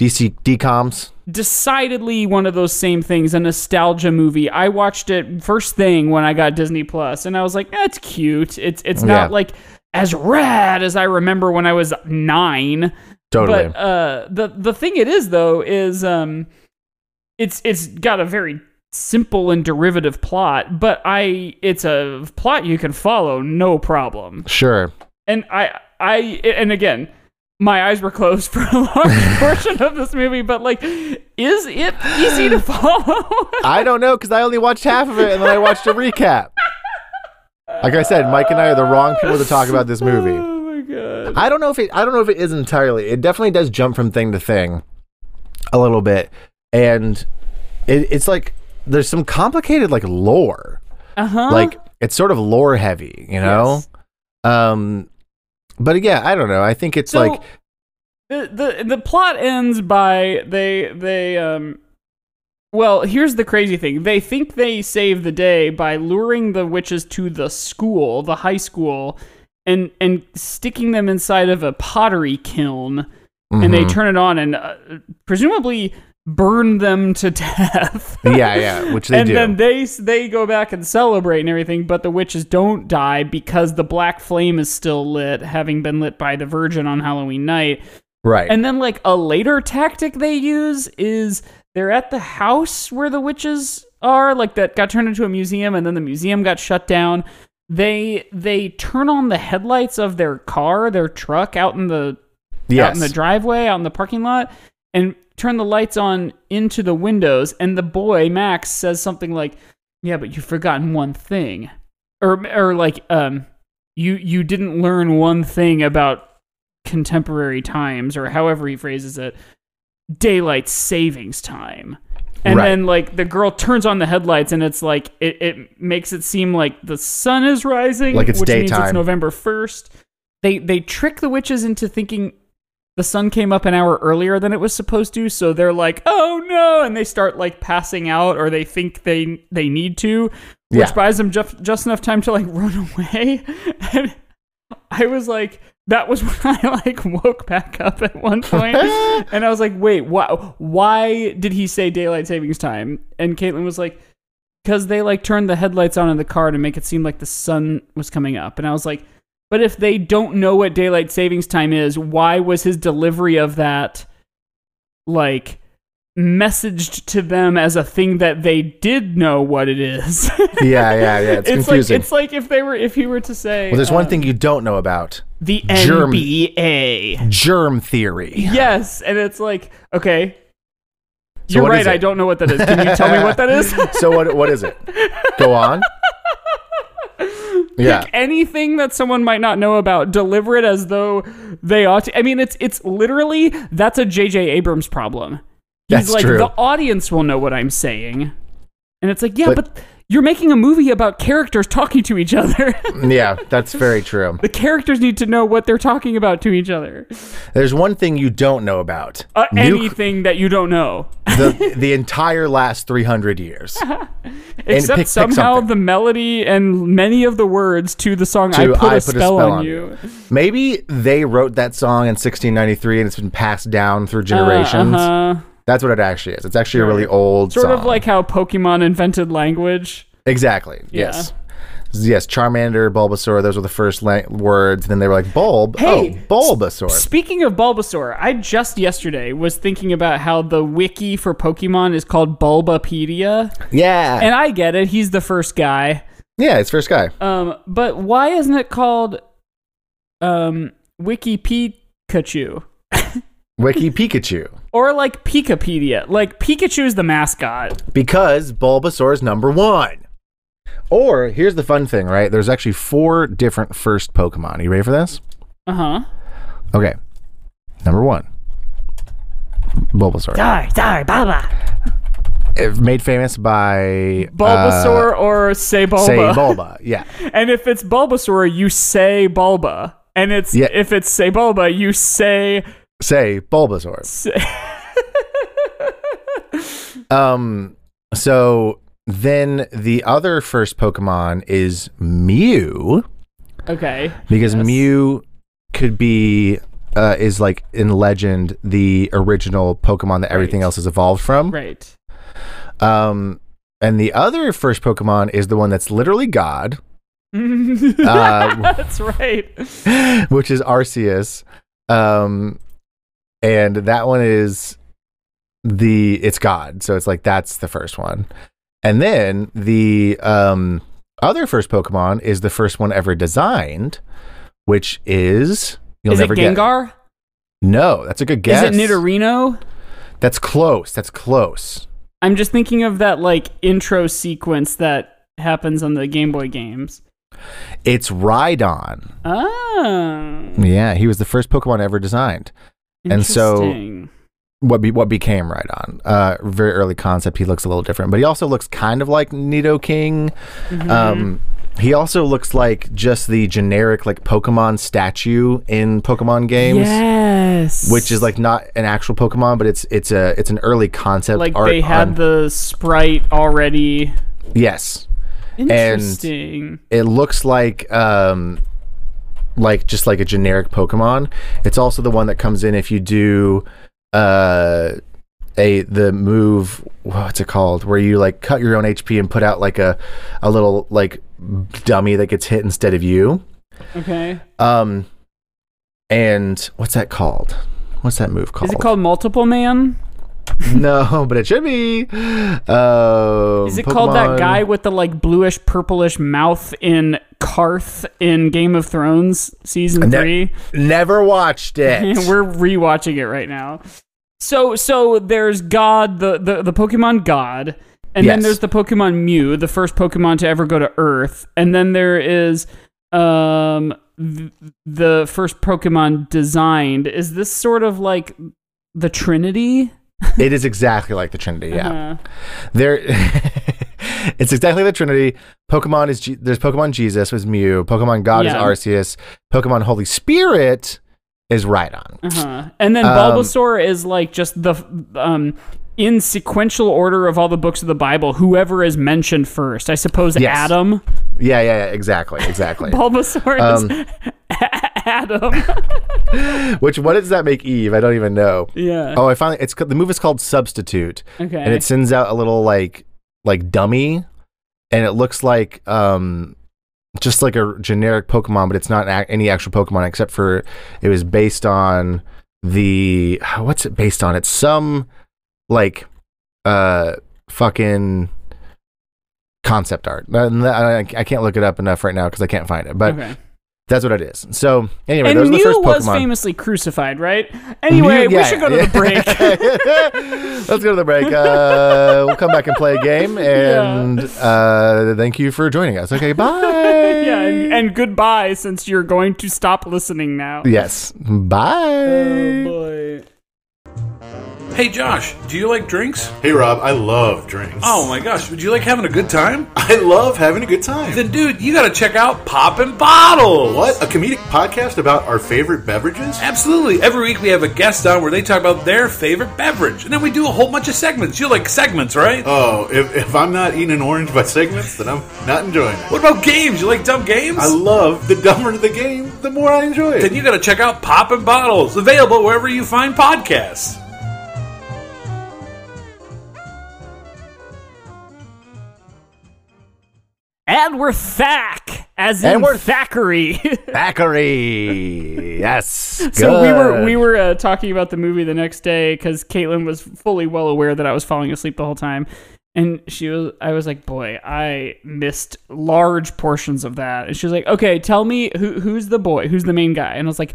A: DC DComs.
B: Decidedly one of those same things, a nostalgia movie. I watched it first thing when I got Disney Plus, and I was like, "That's cute." It's it's
A: Oh, Yeah.
B: not like as rad as I remember when I was nine.
A: Totally.
B: But uh, the the thing it is though is um, it's it's got a very simple and derivative plot, but I it's a plot you can follow no problem.
A: sure.
B: And I, I, and again, my eyes were closed for a large portion of this movie, but like, is it easy to follow?
A: I don't know because I only watched half of it and then I watched a recap. Like I said, Mike and I are the wrong people to talk about this movie.
B: Oh my god.
A: I don't know if it. I don't know if it is entirely. It definitely does jump from thing to thing, a little bit, and it, it's like there's some complicated like lore.
B: Uh huh.
A: Like it's sort of lore heavy, you know. Um, but yeah, I don't know. I think it's
B: so
A: like
B: the the the plot ends by they they um. Well, here's the crazy thing. They think they save the day by luring the witches to the school, the high school, and and sticking them inside of a pottery kiln. and they
A: mhm.
B: turn it on and uh, presumably burn them to death.
A: yeah, yeah, which they
B: and
A: do.
B: then they they go back and celebrate and everything, but the witches don't die because the black flame is still lit, having been lit by the Virgin on Halloween night.
A: mm-hmm. right.
B: And then like a later tactic they use is they're at the house where the witches are, like that got turned into a museum and then the museum got shut down. They they turn on the headlights of their car, their truck out in the out
A: yes.
B: in the driveway, out in the parking lot, and turn the lights on into the windows. And the boy Max says something like, "Yeah, but you've forgotten one thing," or or like, um, "You you didn't learn one thing about contemporary times," or however he phrases it. Daylight savings time. And
A: Right.
B: then like the girl turns on the headlights and it's like it, it makes it seem like the sun is rising.
A: Like it's
B: which Means it's
A: daytime.
B: November first. They they trick the witches into thinking the sun came up an hour earlier than it was supposed to, so they're like, "Oh no!" and they start like passing out, or they think they they need to, which
A: Yeah.
B: buys them just just enough time to like run away. And I was like, that was when I like woke back up at one point, and I was like, "Wait, why? Why did he say daylight savings time?" And Caitlin was like, "Cause they like turned the headlights on in the car to make it seem like the sun was coming up," and I was like. But if they don't know what daylight savings time is, why was his delivery of that like messaged to them as a thing that they did know what it is?
A: yeah, yeah, yeah. It's,
B: it's like
A: confusing.
B: it's like if they were if he were to say
A: well, there's one
B: um,
A: thing you don't know about
B: the
A: Germ-
B: NBA.
A: germ theory.
B: Yes, and it's like okay.
A: So
B: You're
A: what
B: right.
A: is it?
B: I don't know what that is. Can you tell me what that is?
A: So what? What is it? Go on.
D: Yeah.
B: Pick anything that someone might not know about, deliver it as though they ought to. I mean, it's it's literally that's a J.J. Abrams problem. He's
A: That's
B: like
A: true.
B: the audience will know what I'm saying, and it's like yeah,
A: But-
B: but, you're making a movie about characters talking to each other.
A: yeah, that's very true.
B: the characters need to know what they're talking about to each other.
A: There's one thing you don't know about.
B: Uh,
A: Nuke-
B: anything that you don't know,
A: the the entire last 300 years.
B: Uh-huh.
A: pick-
B: except
A: pick
B: somehow
A: something.
B: the melody and many of the words to the song "I
A: To
B: Put,
A: I
B: a, spell on, You."
A: Maybe they wrote that song in 1693 and it's been passed down through generations.
B: Uh, uh-huh.
A: That's what it actually is. It's actually a really old
B: Sort of
A: song.
B: like how Pokemon invented language.
A: Exactly. Yes. Yes, Charmander, Bulbasaur, those were the first la- words. Then they were like, bulb?
B: Hey,
A: oh, Bulbasaur.
B: Speaking of Bulbasaur, I just yesterday was thinking about how the wiki for Pokemon is called Bulbapedia,
A: yeah.
B: and I get it. He's the first guy.
A: yeah, it's first guy.
B: Um, but why isn't it called um Wiki Pikachu
A: Wiki Pikachu.
B: or like Pikapedia? Like Pikachu is the mascot.
A: Because Bulbasaur is number one. Or here's the fun thing, right? There's actually four different first Pokemon. You ready for this?
B: Uh huh.
A: Okay. Number one, Bulbasaur.
B: Sorry, sorry, Baba.
A: Uh, Made famous by
B: Bulbasaur or say
A: Uh,
B: Bulba.
A: say Bulba. Yeah.
B: And if it's Bulbasaur, you say Bulba. And it's
A: Yeah.
B: if it's say Bulba, you say
A: Say Bulbasaur.
B: say-
A: Um. So then the other first Pokemon is Mew
B: Okay.
A: because
B: Yes.
A: Mew could be. Uh, is like in legend the original Pokemon that everything
B: Right.
A: else has evolved from.
B: Right.
A: Um, and the other first Pokemon is the one that's literally God, Uh,
B: That's right.
A: which is Arceus. Um, and that one is the it's God, so it's like that's the first one. And then the um other first Pokemon is the first one ever designed, which is you'll
B: Is it
A: never get.
B: Gengar?
A: No, that's a good guess.
B: Is it Nidorino?
A: That's close. That's close.
B: I'm just thinking of that like intro sequence that happens on the Game Boy games.
A: It's Rhydon.
B: Oh.
A: Yeah, he was the first Pokemon ever designed. And so-
B: interesting.
A: what be, what became Rhydon. Uh, very early concept. He looks a little different, but he also looks kind of like Nido King.
B: Mm-hmm.
A: Um, he also looks like just the generic like Pokemon statue in Pokemon games,
B: yes.
A: which is like not an actual Pokemon, but it's it's a it's an early concept
B: like
A: art.
B: they had
A: on-
B: the sprite already.
A: yes,
B: Interesting.
A: it looks like um like just like a generic Pokemon. It's also the one that comes in if you do uh a the move what's it called where you like cut your own HP and put out like a a little like dummy that gets hit instead of you.
B: okay.
A: Um and what's that called? What's that move called?
B: Is it called Multiple Man?
A: no, but it should be. Um,
B: Is it called that
A: Pokemon-
B: guy with the like bluish purplish mouth in Karth in Game of Thrones season
A: Ne-
B: three?
A: Never watched it.
B: We're rewatching it right now. So so there's God, the the, the Pokemon God, and then
A: Yes.
B: there's the Pokemon Mew, the first Pokemon to ever go to Earth, and then there is um th- the first Pokemon designed. Is this sort of like the Trinity?
A: it is exactly like the Trinity. Yeah.
B: Uh,
A: There, it's exactly the Trinity. Pokemon is Je- there's Pokemon Jesus is Mew. Pokemon God
B: Yeah.
A: is Arceus. Pokemon Holy Spirit is Rhydon.
B: Uh-huh. And then
A: Um,
B: Bulbasaur is like just the um in sequential order of all the books of the Bible, whoever is mentioned first. I suppose
A: Yes.
B: Adam.
A: Yeah, yeah, yeah exactly, exactly.
B: Bulbasaur is
A: um,
B: Adam.
A: Which what does that make Eve? I don't even know.
B: yeah.
A: Oh, I finally it's ca- the move is called Substitute,
B: okay.
A: and it sends out a little like like dummy, and it looks like um just like a generic Pokemon, but it's not ac- any actual Pokemon except for it was based on the what's it based on? It's some like uh fucking concept art. I, I- I can't look it up enough right now because I can't find it. But
B: okay.
A: That's what it is. So anyway,
B: and
A: those are the
B: Mew
A: first
B: was
A: Pokemon.
B: famously crucified, right? Anyway,
A: Mew-
B: we
A: yeah,
B: should go to the break.
A: Let's go to the break. Uh, we'll come back and play a game. And uh, thank you for joining us. Okay, bye.
B: yeah, and, and goodbye, since you're going to stop listening now.
A: yes, bye.
B: Oh, boy.
E: Hey Josh, do you like drinks?
F: Hey Rob, I love drinks.
E: Oh my gosh, would you like having a good time?
F: I love having a good time.
E: Then dude, you gotta check out Poppin' Bottles!
F: what? A comedic podcast about our favorite beverages?
E: Absolutely. Every week we have a guest on where they talk about their favorite beverage. And then we do a whole bunch of segments. You like segments, right?
F: Oh, if, if I'm not eating an orange by segments, then I'm not enjoying it.
E: what about games? You like dumb games?
F: I love the dumber the game, the more I enjoy it.
E: then you gotta check out Poppin' Bottles, available wherever you find podcasts.
B: And we're Thack, as in
A: And we're-
B: Thackeray.
A: Thackeray. Yes.
B: so we were
A: good.
B: we were uh, talking about the movie the next day because Caitlin was fully well aware that I was falling asleep the whole time, and she was I was like, boy, I missed large portions of that, and she was like, okay, tell me who who's the boy, who's the main guy, and I was like.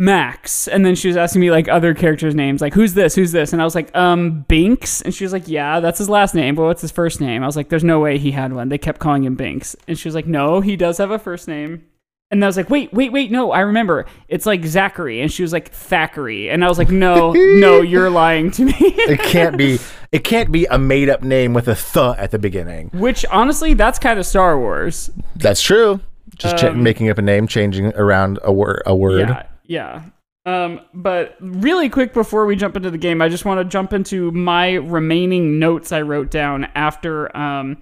B: Max, and then she was asking me like other characters' names, like who's this, who's this, and I was like, um, Binks, and she was like, yeah, that's his last name, but what's his first name? I was like, there's no way he had one. They kept calling him Binks, and she was like, no, he does have a first name. And I was like, wait, wait, wait, no, I remember. It's like Zachary. And she was like, Thackeray. And I was like, no, no, you're lying to me.
A: It can't be. It can't be a made-up name with a "th" at the beginning.
B: Which, honestly, that's kind of Star Wars.
A: That's true. Just cha- making up a name, changing around a, wor- a word.
B: Um, Yeah, yeah. Um, but really quick before we jump into the game, I just want to jump into my remaining notes I wrote down after um,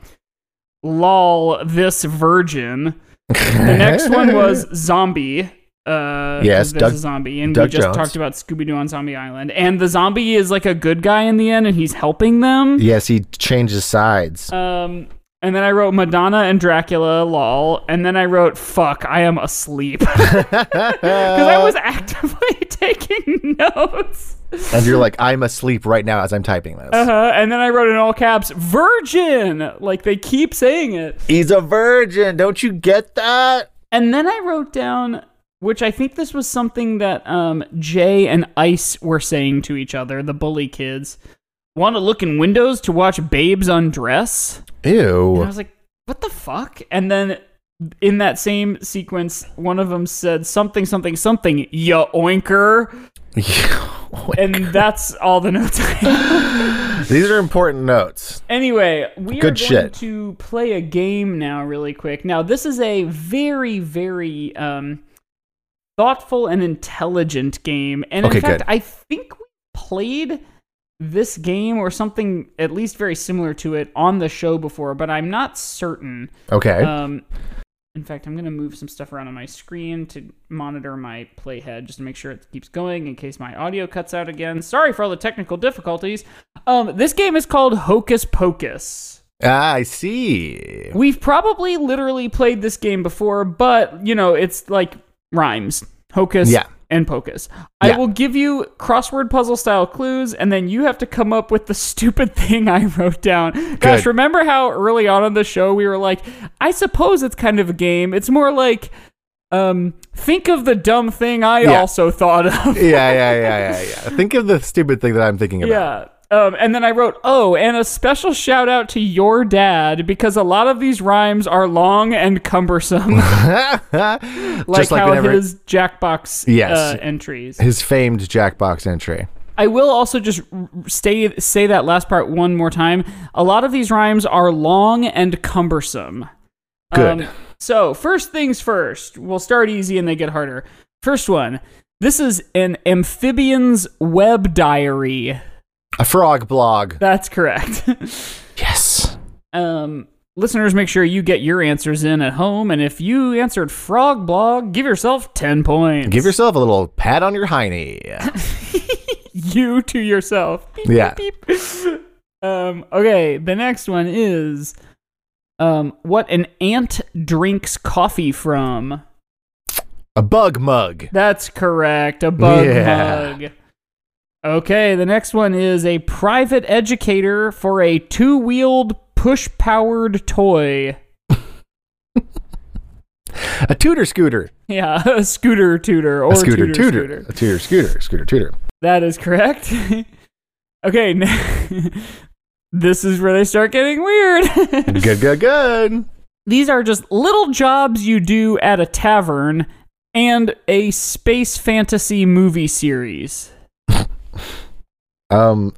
B: lol, this virgin. The next one was zombie. Uh,
A: Yes,
B: this
A: Doug-
B: zombie, and we
A: Doug
B: just
A: Jones.
B: talked about Scooby Doo on Zombie Island, and the zombie is like a good guy in the end, and he's helping them.
A: Yes, he changes sides.
B: Um, and then I wrote Madonna and Dracula, lol. And then I wrote, fuck, I am asleep. Because I was actively taking notes.
A: and you're like, I'm asleep right now as I'm typing this.
B: Uh, and then I wrote in all caps, virgin! Like they keep saying it.
A: He's a virgin. Don't you get that?
B: And then I wrote down, which I think this was something that um, Jay and Ice were saying to each other, the bully kids. Want to look in windows to watch babes undress? And I
A: Ew.
B: was like, what the fuck? And then in that same sequence, one of them said something, something, something, ya oinker. And that's all the notes I have.
A: These are important notes.
B: Anyway, we are going
A: Good shit.
B: to play a game now, really quick. Now, this is a very, very um, thoughtful and intelligent game. And
A: Okay,
B: in fact,
A: good.
B: I think we played this game or something at least very similar to it on the show before, but I'm not certain.
A: Okay.
B: Um, in fact, I'm going to move some stuff around on my screen to monitor my playhead just to make sure it keeps going in case my audio cuts out again. Sorry for all the technical difficulties. Um, this game is called Hocus Pocus.
A: ah, I see.
B: We've probably literally played this game before, but you know, it's like rhymes. Hocus
A: Yeah.
B: and Pocus. I
A: Yeah.
B: will give you crossword puzzle style clues, and then you have to come up with the stupid thing I wrote down. Gosh,
A: Good.
B: remember how early on in the show we were like, I suppose it's kind of a game. It's more like, um, think of the dumb thing I
A: Yeah.
B: also thought of.
A: Yeah, yeah, yeah, yeah, yeah. Think of the stupid thing that I'm thinking about.
B: Yeah. Um, and then I wrote, oh, and a special shout out to your dad because a lot of these rhymes are long and cumbersome, like,
A: Just like
B: how
A: whenever his-,
B: his Jackbox
A: Yes.
B: uh, entries.
A: famed Jackbox entry.
B: I will also just r- stay say that last part one more time. A lot of these rhymes are long and cumbersome. Um,
A: Good.
B: so first things first. We'll start easy and they get harder. First one. This is an amphibian's web diary.
A: A frog blog.
B: That's correct.
A: Yes.
B: um, listeners, make sure you get your answers in at home, and if you answered Frog Blog, give yourself ten points.
A: Give yourself a little pat on your hiney.
B: you to yourself. Beep,
A: Yeah.
B: beep, beep. Um, okay, the next one is um, what an ant drinks coffee from.
A: a bug mug.
B: That's correct. A bug
A: Yeah.
B: mug. Okay, the next one is a private educator for a two wheeled push powered toy.
A: a Tudor scooter,
B: Yeah, a scooter tutor or
A: a scooter
B: tutor,
A: Tudor,
B: scooter.
A: a Tudor scooter, scooter Tudor.
B: That is correct. okay, n- this is where they start getting weird.
A: Good, good, good.
B: These are just little jobs you do at a tavern and a space fantasy movie series.
A: Um,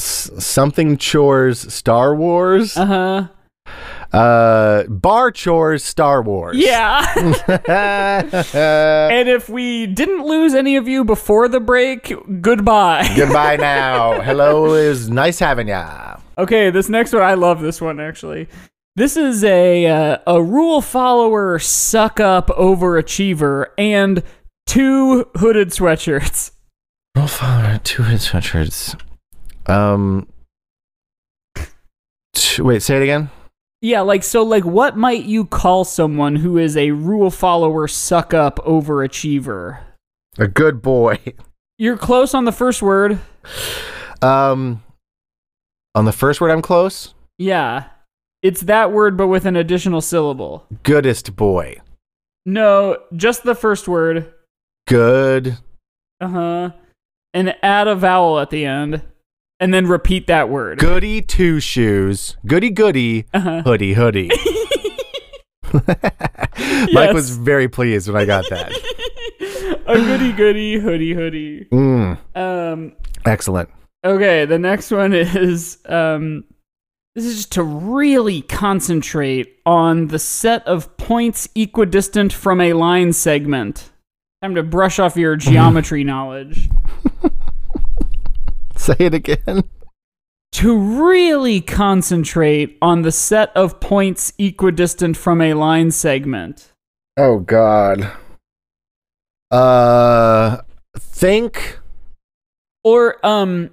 A: s- something chores, Star Wars.
B: Uh huh.
A: Uh, bar chores, Star Wars.
B: Yeah.
A: Goodbye
B: and if we didn't lose any of you before the break, goodbye.
A: now. Hello is nice having ya.
B: Okay, this next one I love this one actually. This is a uh, a rule follower, suck up overachiever, and two hooded sweatshirts.
A: Roll follower, two hit sweatshirts. Um, t- wait, say it again.
B: Yeah, like so, like what might you call someone who is a rule follower, suck up overachiever?
A: A good boy.
B: You're close on the first word.
A: Um, on the first word, I'm close.
B: Yeah, it's that word, but with an additional syllable.
A: Goodest boy.
B: No, just the first word.
A: Good.
B: Uh huh. And add a vowel at the end, and then repeat that word.
A: Goody two shoes. Goody goody.
B: Uh-huh.
A: Hoodie hoodie. Mike
B: Yes.
A: was very pleased when I got that.
B: a goody goody hoodie hoodie.
A: Mm,
B: Um.
A: excellent.
B: Okay, the next one is um. This is just to really concentrate on the set of points equidistant from a line segment. Time to brush off your geometry knowledge.
A: Say it again.
B: To really concentrate on the set of points equidistant from a line segment.
D: Oh God.
A: Uh, think,
B: Or um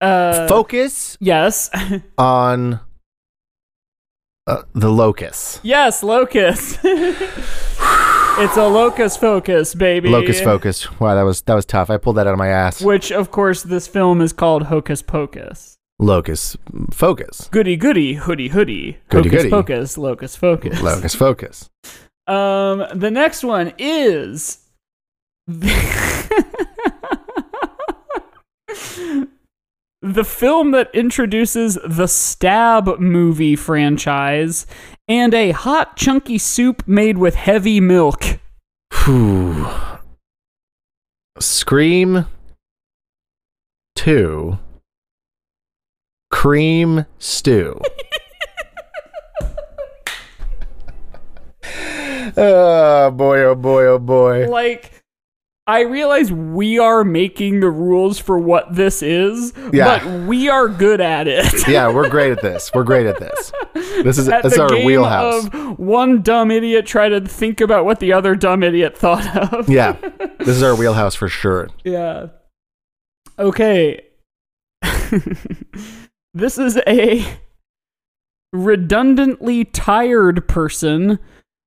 B: uh
A: focus
B: yes.
A: on uh, the locus.
B: yes, locus. it's a locus focus, baby.
A: Locus focus. Wow, that was that was tough. I pulled that out of my ass.
B: Which of course this film is called Hocus Pocus.
A: Locus focus.
B: Goody goody, hoodie hoodie.
A: Goody
B: Hocus
A: goody.
B: pocus, locus focus.
A: Locus focus.
B: Um, the next one is. The film that introduces the Stab movie franchise and a hot, chunky soup made with heavy milk.
A: Whew. Scream two. Cream stew. Ah,
D: Oh boy. Oh boy. Oh boy.
B: Like, I realize we are making the rules for what this is,
A: Yeah.
B: but we are good at it.
A: Yeah, we're great at this. We're great at this. This is
B: At
A: that's
B: the
A: our
B: game
A: wheelhouse.
B: of one dumb idiot try to think about what the other dumb idiot thought of.
A: Yeah, this is our wheelhouse for sure.
B: Yeah. Okay. this is a redundantly tired person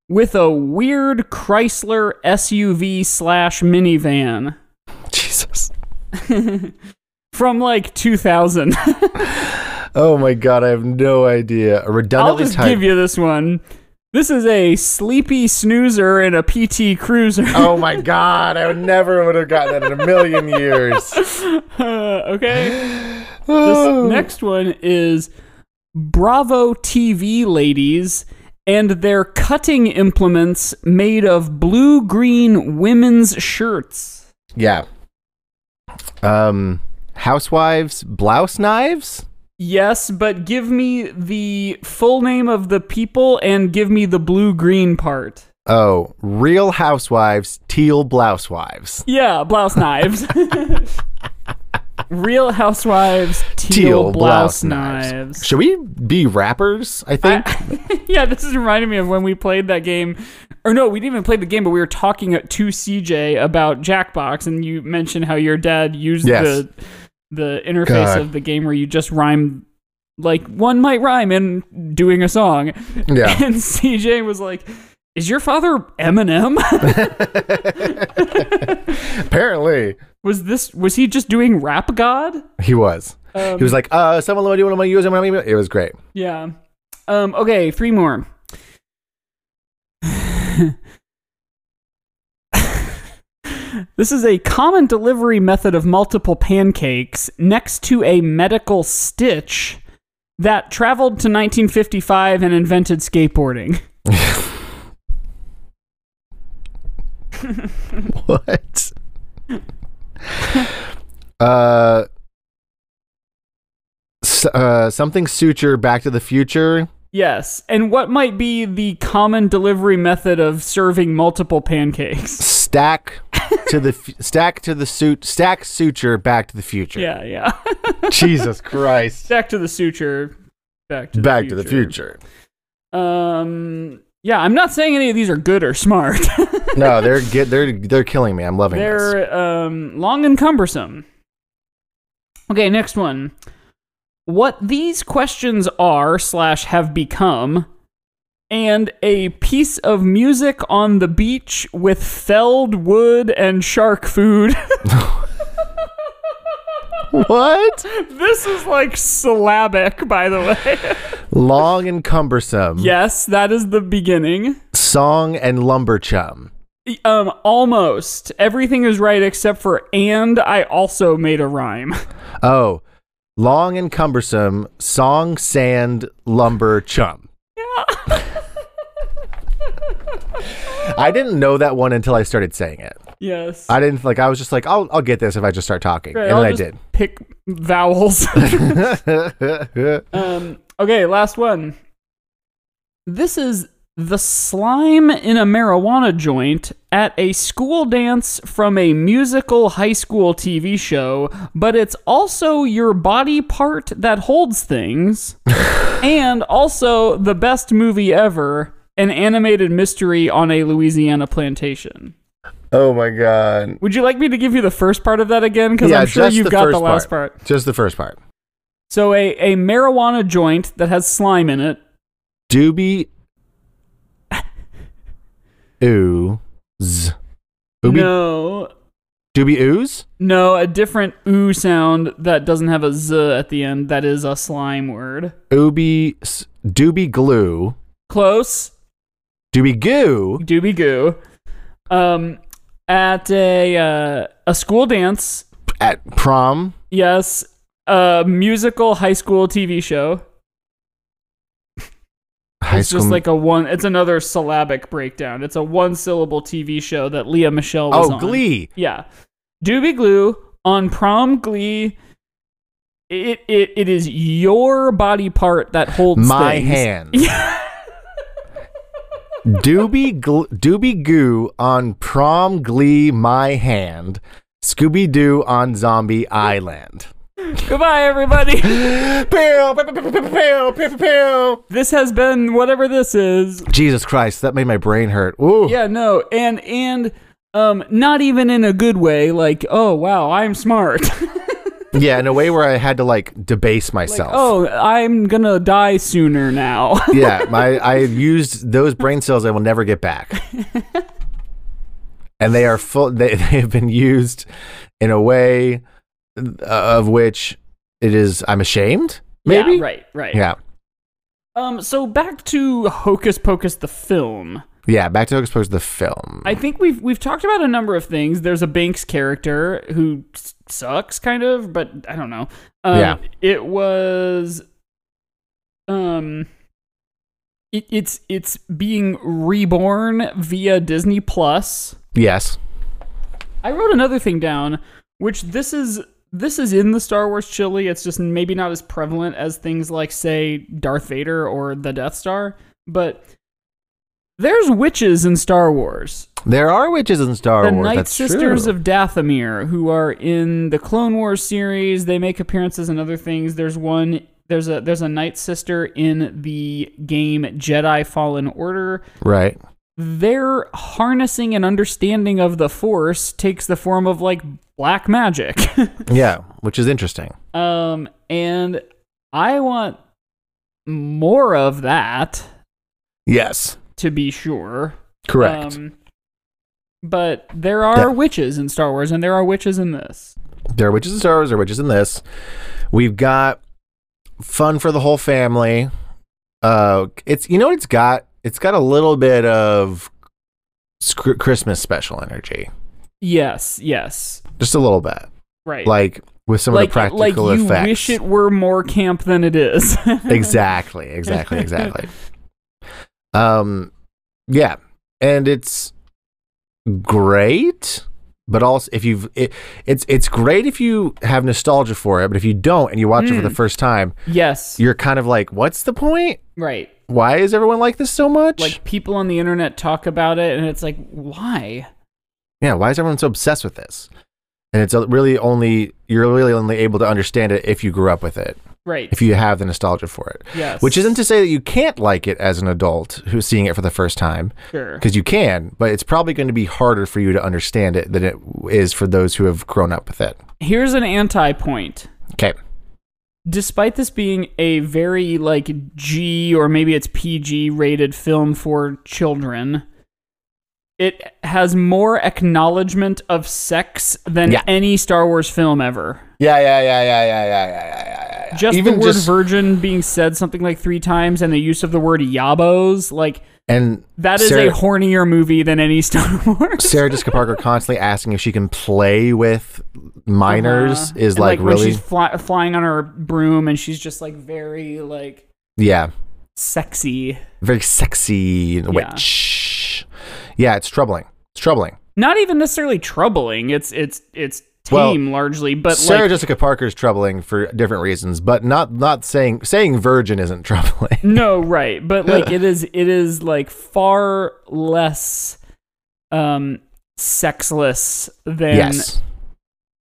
B: with a weird Chrysler SUV slash minivan
A: Jesus.
B: from like 2000.
A: Oh my god, I have no idea. A
B: I'll
A: redundantly
B: just
A: tied-
B: give you this one. This is a sleepy snoozer in a PT cruiser.
A: Oh my god, I would never would have gotten that in a million years.
B: okay. This next one is Bravo TV ladies and their cutting implements made of blue green women's shirts.
A: Yeah. Um housewives blouse knives?
B: Yes, but give me the full name of the people and give me the blue green part.
A: Oh, real housewives teal blouse wives.
B: Yeah, blouse knives. Real Housewives teal, blouse, knives.
A: Should we be rappers? I think.
B: yeah, this is reminding me of when we played that game. Or no, we didn't even play the game, but we were talking to CJ about Jackbox, and you mentioned how your dad used
A: Yes.
B: the the interface
A: God.
B: of the game where you just rhyme like one might rhyme in doing a song.
A: yeah.
B: And CJ was like, "Is your father Eminem?
A: Apparently,
B: was this was he just doing Rap God?"
A: he was.
B: Um,
A: He was like, "Uh, someone let me do what I'm gonna use. I'm gonna use- It was great.
B: Yeah. Um, okay, three more. This is a common delivery method of multiple pancakes next to a medical stitch that traveled to 1955 and invented skateboarding.
A: What? uh, s- uh, something suture Back to the Future.
B: Yes. And what might be the common delivery method of serving multiple pancakes?
A: Stack to the f- stack to the suit stack suture Back to the Future.
B: Yeah, yeah.
A: Jesus Christ.
B: back to the suture. Back to
A: Back
B: the
A: to the future.
B: Um yeah, I'm not saying any of these are good or smart.
A: No, they're get, they're they're killing me. I'm loving this.
B: They're um, long and cumbersome. Okay, next one. What these questions are slash have become, and a piece of music on the beach with felled wood and shark food.
A: What?
B: this is like syllabic, by the way.
A: Long and cumbersome.
B: yes, that is the beginning.
A: Song and lumber chum.
B: Um, almost everything is right except for and. I also made a rhyme.
A: Oh, long and cumbersome. Song, sand, lumber, chum. I didn't know that one until I started saying it.
B: Yes.
A: I didn't like. I was just like, I'll I'll get this if I just start talking,
B: Right,
A: and
B: I'll
A: then I
B: just
A: did.
B: Pick vowels. um, okay, last one. This is the slime in a marijuana joint at a school dance from a musical high school TV show, but it's also your body part that holds things, and also the best movie ever an animated mystery on a Louisiana plantation.
D: Oh my god.
B: Would you like me to give you the first part of that again? Because
A: Yeah,
B: I'm sure
A: just
B: you've
A: the
B: got the
A: first
B: last
A: part.
B: part.
A: Just the first part.
B: So a, a marijuana joint that has slime in it.
A: Doobie. Ooze. Ooby,
B: No.
A: Doobie ooze?
B: No, a different oo sound that doesn't have a z at the end. That is a slime word.
A: Ooby. s- Doobie glue.
B: Close.
A: Doobie goo.
B: Doobie goo. Um, at a uh, a school dance.
A: At prom.
B: Yes. A musical high school TV show.
A: High
B: it's just like a one. It's another syllabic breakdown. It's a one syllable TV show that Leah Michelle was
A: Oh,
B: on.
A: glee.
B: Yeah. Doobie Glue on prom glee. It, it it is your body part that holds
A: My
B: things.
A: hand. Doobie, gl- Doobie Goo on prom glee, my hand. Scooby Doo on Zombie Island.
B: Goodbye, everybody.
A: Pew, pew, pew, pew, pew, pew, pew.
B: this has been whatever this is.
A: Jesus Christ, that made my brain hurt. Ooh.
B: Yeah, no, and and um, not even in a good way. Like, oh wow, I'm smart.
A: Yeah, in a way where I had to like debase
B: like,
A: myself.
B: oh, I'm gonna die sooner now.
A: yeah, my I used those brain cells I will never get back. and they are full they, they have been used in a way uh, of which it is I'm ashamed, maybe?
B: Yeah, right, right.
A: Yeah.
B: Um, so back to Hocus Pocus the film.
A: Yeah, back to Exposed the film.
B: I think we've we've talked about a number of things. There's a Banks character who s- sucks, kind of, but I don't know. Um,
A: Yeah.
B: it was, um, it, it's it's being reborn via Disney Plus.
A: yes.
B: I wrote another thing down, which this is this is in the Star Wars chili. It's just maybe not as prevalent as things like say Darth Vader or the Death Star, but there's witches in Star Wars
A: There are witches in Star
B: the
A: Wars.
B: Night
A: that's
B: Sisters
A: true.
B: of Dathomir, who are in the Clone Wars series. They make appearances in other things. There's one. There's a there's a Night Sister in the game Jedi Fallen Order.
A: Right.
B: Their harnessing and understanding of the Force takes the form of like black magic.
A: Yeah, which is interesting.
B: um, and I want more of that
A: Yes.
B: to be sure.
A: Correct.
B: Um, but there are
A: Yeah.
B: witches in Star Wars, and there are witches in this.
A: there are witches in Star Wars, there are witches in this. We've got fun for the whole family. Uh, it's you know what it's got. It's got a little bit of sc- Christmas special energy.
B: Yes, yes.
A: just a little bit,
B: Right.
A: like with some of the
B: like, like
A: practical
B: you
A: effects.
B: wish it were more camp than it is.
A: exactly, exactly, exactly. um, yeah, and it's great, but also if you've it, it's it's great if you have nostalgia for it, but if you don't and you watch it for the
B: Mm.
A: first time,
B: yes.
A: you're kind of like, what's the point?
B: Right.
A: Why is everyone like this so much?
B: Like people on the internet talk about it, and it's like, why?
A: yeah, why is everyone so obsessed with this? And it's really only you're really only able to understand it if you grew up with it,
B: Right.
A: if you have the nostalgia for it.
B: yes.
A: Which isn't to say that you can't like it as an adult who's seeing it for the first time,
B: sure.
A: because you can, but it's probably going to be harder for you to understand it than it is for those who have grown up with it.
B: Here's an anti point.
A: Okay.
B: despite this being a very like G or maybe it's PG rated film for children, it has more acknowledgement of sex than
A: Yeah.
B: any Star Wars film ever.
A: Yeah, yeah, yeah, yeah, yeah, yeah, yeah, yeah, yeah.
B: Just
A: Even
B: the word
A: just-
B: virgin being said something like three times and the use of the word yabos, like
A: And
B: that is
A: Sarah,
B: a hornier movie than any Star Wars.
A: Sarah Jessica Parker constantly asking if she can play with minors
B: Uh-huh.
A: is
B: And,
A: like,
B: when
A: really,
B: she's fly- flying on her broom and she's just like very like
A: yeah,
B: sexy.
A: very sexy and
B: Yeah.
A: witch. Yeah, it's troubling. It's troubling.
B: not even necessarily troubling. It's it's it's
A: Well,
B: tame largely, but
A: Sarah
B: like
A: Jessica Parker's troubling for different reasons, but not not saying saying virgin isn't troubling.
B: no right, but like it is it is like far less um sexless than
A: yes,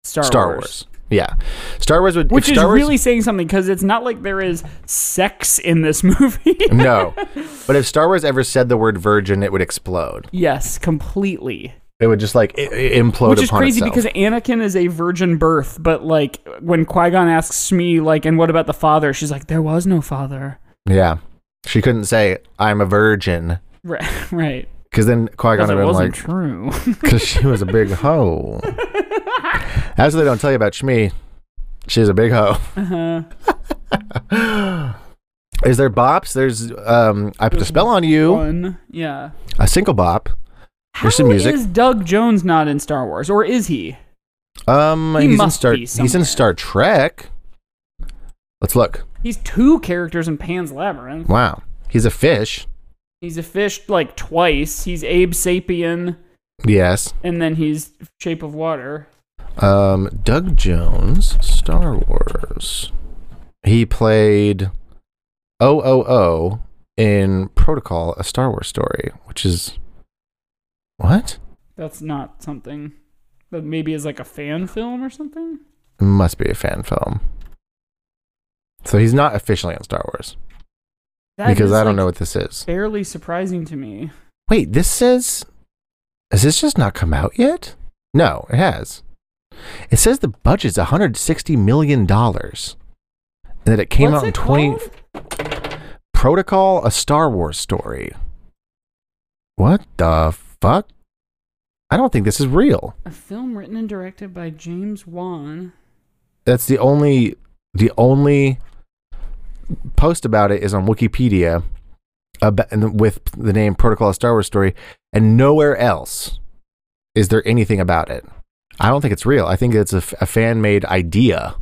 B: Star,
A: Star Wars.
B: Wars.
A: Yeah, Star Wars would.
B: Which
A: if
B: is
A: Star Wars,
B: really saying something because it's not like there is sex in this movie.
A: no. But if Star Wars ever said the word virgin, it would explode.
B: yes, completely.
A: It would just like I- I- implode
B: Which is
A: upon
B: crazy
A: itself.
B: because Anakin is a virgin birth, but like when Qui Gon asks me, like, and what about the father? She's like, there was no father.
A: yeah, she couldn't say I'm a virgin
B: Right, right.
A: because then Qui Gon
B: Because
A: would have
B: it
A: been
B: wasn't
A: like,
B: true.
A: because she was a big hoe. That's what they don't tell you about Shmi. She's a big hoe.
B: Uh-huh.
A: Is there bops? There's um, I put a spell on you.
B: One, yeah.
A: A single bop. There's some
B: How
A: music.
B: Is Doug Jones not in Star Wars, or is he?
A: Um,
B: He
A: he's in
B: must
A: Star.
B: be
A: He's
B: somewhere.
A: in Star Trek. Let's look.
B: He's two characters in Pan's Labyrinth.
A: Wow, he's a fish.
B: He's a fish like twice. He's Abe Sapien,
A: Yes.
B: and then he's Shape of Water.
A: Um, Doug Jones, Star Wars. He played OOO in Protocol, a Star Wars story, which is what
B: That's not something that maybe is like a fan film or something.
A: must be a fan film. So he's not officially on Star Wars
B: That
A: because
B: is,
A: I don't
B: like,
A: know what this is.
B: Fairly surprising to me.
A: Wait, this says. Has this just not come out yet? No, it has. It says the budget's $160 million. And that it came
B: What's
A: out in
B: it
A: 20.
B: called?
A: Protocol, a Star Wars story. What the fuck? I don't think this is real.
B: A film written and directed by James Wan.
A: That's the only the only post about it is on Wikipedia about, and with the name Protocol a Star Wars story and nowhere else is there anything about it. I don't think it's real. I think it's a, fan made idea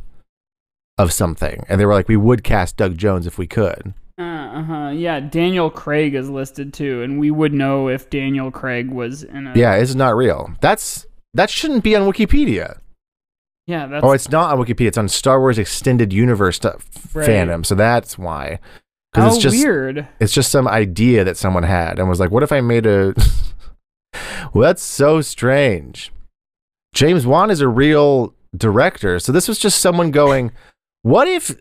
A: of something. And they were like, we would cast Doug Jones if we could.
B: Uh huh. Yeah, Daniel Craig is listed too, and we would know if Daniel Craig was in a.
A: Yeah, this is not real. That's that shouldn't be on Wikipedia.
B: Yeah, that's.
A: Oh, it's not on Wikipedia. It's on Star Wars Extended Universe stuff,
B: Right.
A: fandom. So that's why.
B: how
A: Because it's just
B: weird.
A: it's just some idea that someone had and was like, "What if I made a?" well, that's so strange. James Wan is a real director, so this was just someone going, "What if?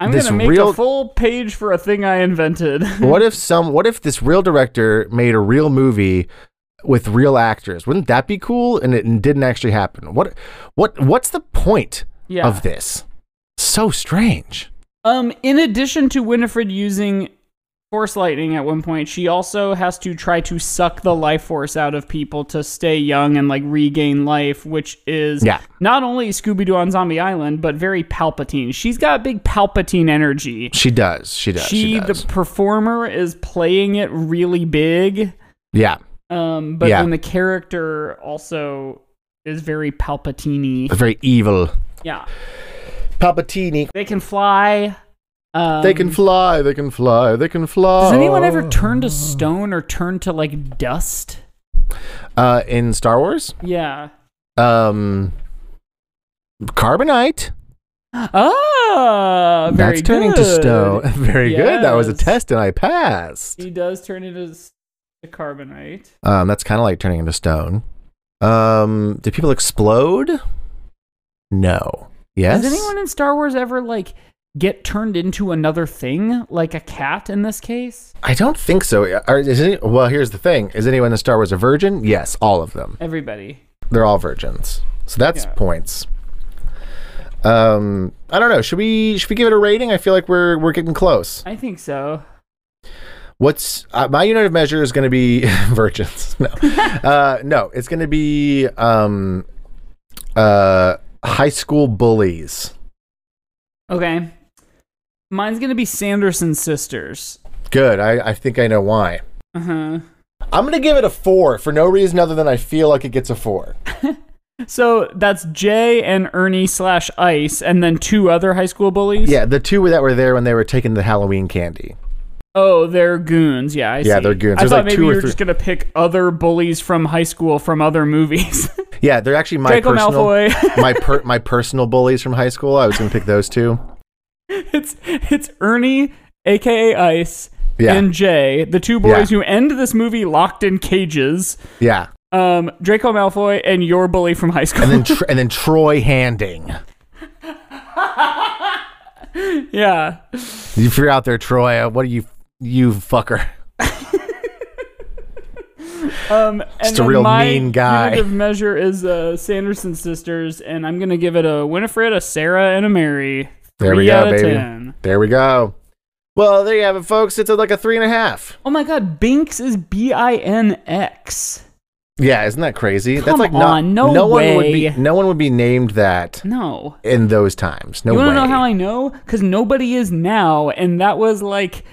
B: I'm
A: this
B: gonna make
A: real-
B: a full page for a thing I invented.
A: What if some? What if this real director made a real movie?" With real actors, wouldn't that be cool? And it didn't actually happen. What, what, what's the point
B: yeah.
A: of this? So strange.
B: um. In addition to Winifred using force lightning at one point, she also has to try to suck the life force out of people to stay young and like regain life, which is
A: Yeah.
B: not only Scooby Doo on Zombie Island, but very Palpatine. She's got big Palpatine energy.
A: She does. She does. She,
B: she,
A: does.
B: the performer is playing it really big
A: yeah.
B: um but
A: Yeah.
B: then the character also is very Palpatine.
A: Very evil.
B: Yeah,
A: Palpatini.
B: they can fly. Um,
A: They can fly. They can fly. They can fly.
B: Does anyone ever turn to stone or turn to like dust?
A: Uh, in Star Wars,
B: Yeah.
A: um, carbonite.
B: Ah, very
A: That's turning to
B: good.
A: stone. Very good. That was a
B: Yes. E
A: test, and I passed.
B: He does turn into s- the carbon, right?
A: Um, that's kind of like turning into stone. Um, do people explode? No. Yes.
B: Does anyone in Star Wars ever like get turned into another thing, like a cat in this case?
A: I don't think so. Are, is any, well, here's the thing: is anyone in Star Wars a virgin? Yes, all of them.
B: Everybody.
A: They're all virgins. So that's
B: Yeah.
A: points. Um, I don't know. Should we should we give it a rating? I feel like we're we're getting close.
B: I think so.
A: What's uh, my unit of measure is going to be virgins. No, uh, no, it's going to be um, uh, high school bullies.
B: Okay. Mine's gonna be Sanderson sisters.
A: Good. I, I think I know why.
B: Uh huh.
A: I'm going to give it a four for no reason other than I feel like it gets a four.
B: So that's Jay and Ernie slash Ice, and then two other high school bullies.
A: Yeah, the two that were there when they were taking the Halloween candy.
B: Oh, they're goons. Yeah, I
A: Yeah,
B: see.
A: they're goons.
B: I
A: There's
B: thought
A: like
B: maybe
A: two
B: you
A: or
B: were
A: three-
B: just gonna pick other bullies from high school from other movies.
A: Yeah, they're actually my
B: Draco
A: personal
B: Malfoy.
A: my per, my personal bullies from high school. I was going to pick those two.
B: it's it's Ernie, aka Ice,
A: Yeah.
B: and Jay, the two boys who end this movie locked in cages.
A: Yeah,
B: Um, Draco Malfoy and your bully from high school.
A: and then tr- and then Troy Handing.
B: yeah,
A: If you're out there, Troy, uh, what are you you fucker?
B: um, and
A: Just a
B: then
A: real
B: my
A: mean guy.
B: unit of measure is uh, Sanderson sisters, and I'm gonna give it a Winifred, a Sarah, and a Mary.
A: There
B: Three
A: we go,
B: out of
A: baby.
B: 10.
A: There we go. Well, there you have it, folks. It's a, like a three and a half.
B: Oh my God, Binks is B I N X.
A: Yeah, isn't that crazy?
B: Come
A: That's like
B: on,
A: not,
B: no
A: one would be
B: way.
A: no one would be named that
B: No.
A: in those times. No
B: you
A: way.
B: want to know how I know? Because nobody is now, and that was like,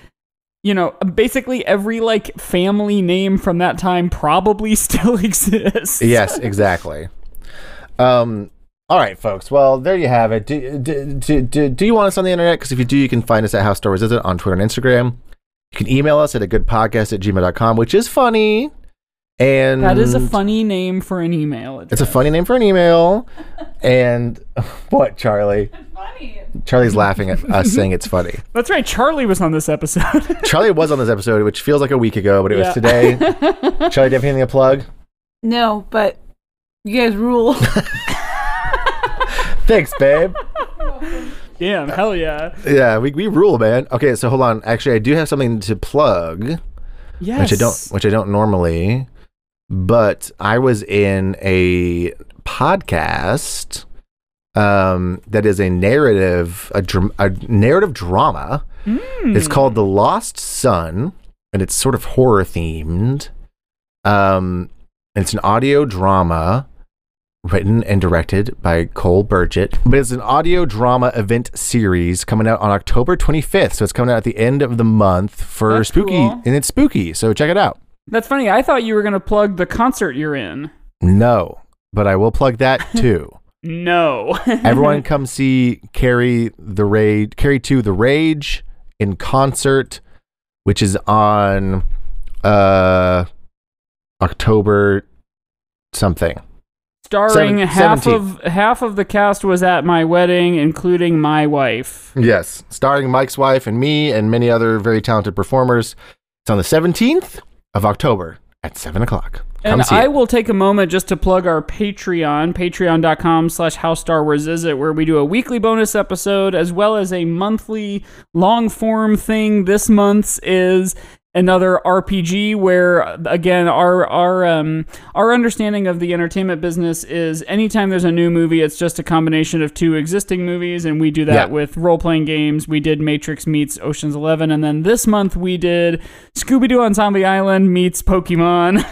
B: you know, basically every like family name from that time probably still exists.
A: yes, exactly. Um. All right, folks. Well, there you have it. Do, do, do, do, do you want us on the internet? Because if you do, you can find us at House Star Wars Is It on Twitter and Instagram. You can email us at a good podcast at gmail.com, which is funny. And
B: That is a funny name for an email. Address.
A: Mm. It's a funny name for an email. And what, Charlie?
C: Funny.
A: Charlie's laughing at us saying it's funny.
B: That's right. Charlie was on this episode.
A: Charlie was on this episode, which feels like a week ago, but it
B: Yeah.
A: was today. Charlie, do you have anything to plug?
C: No, but you guys rule.
A: Thanks, babe.
B: Damn. Hell yeah.
A: yeah, we, we rule, man. Okay, so hold on. Actually, I do have something to plug,
B: Yes.
A: which I don't, which I don't normally. But I was in a podcast um, that is a narrative, a, dr- a narrative drama. It's called The Lost Sun, and it's sort of horror themed. Um, and it's an audio drama written and directed by Cole Burgett. But it's an audio drama event series coming out on October 25th. So it's coming out at the end of the month for
B: That's
A: spooky,
B: cool.
A: and it's spooky. So check it out.
B: That's funny. I thought you were gonna plug the concert you're in.
A: No, but I will plug that too.
B: No.
A: Everyone come see Carrie the Rage, Carrie 2 the Rage in concert, which is on uh October something.
B: Starring
A: Seven-
B: half
A: 17th.
B: of half of the cast was at my wedding, including my wife.
A: Yes, starring Mike's wife and me and many other very talented performers. It's on the 17th of October at 7 o'clock. Come
B: And
A: see
B: I
A: it.
B: will take a moment just to plug our Patreon, patreon.com slash how Star Wars is it, where we do a weekly bonus episode as well as a monthly long form thing. This month's is another RPG where uh, again our our um our understanding of the entertainment business is anytime there's a new movie it's just a combination of two existing movies and we do that
A: Yeah.
B: with role playing games we did Matrix meets Ocean's 11 and then this month we did Scooby Doo on Zombie Island meets Pokemon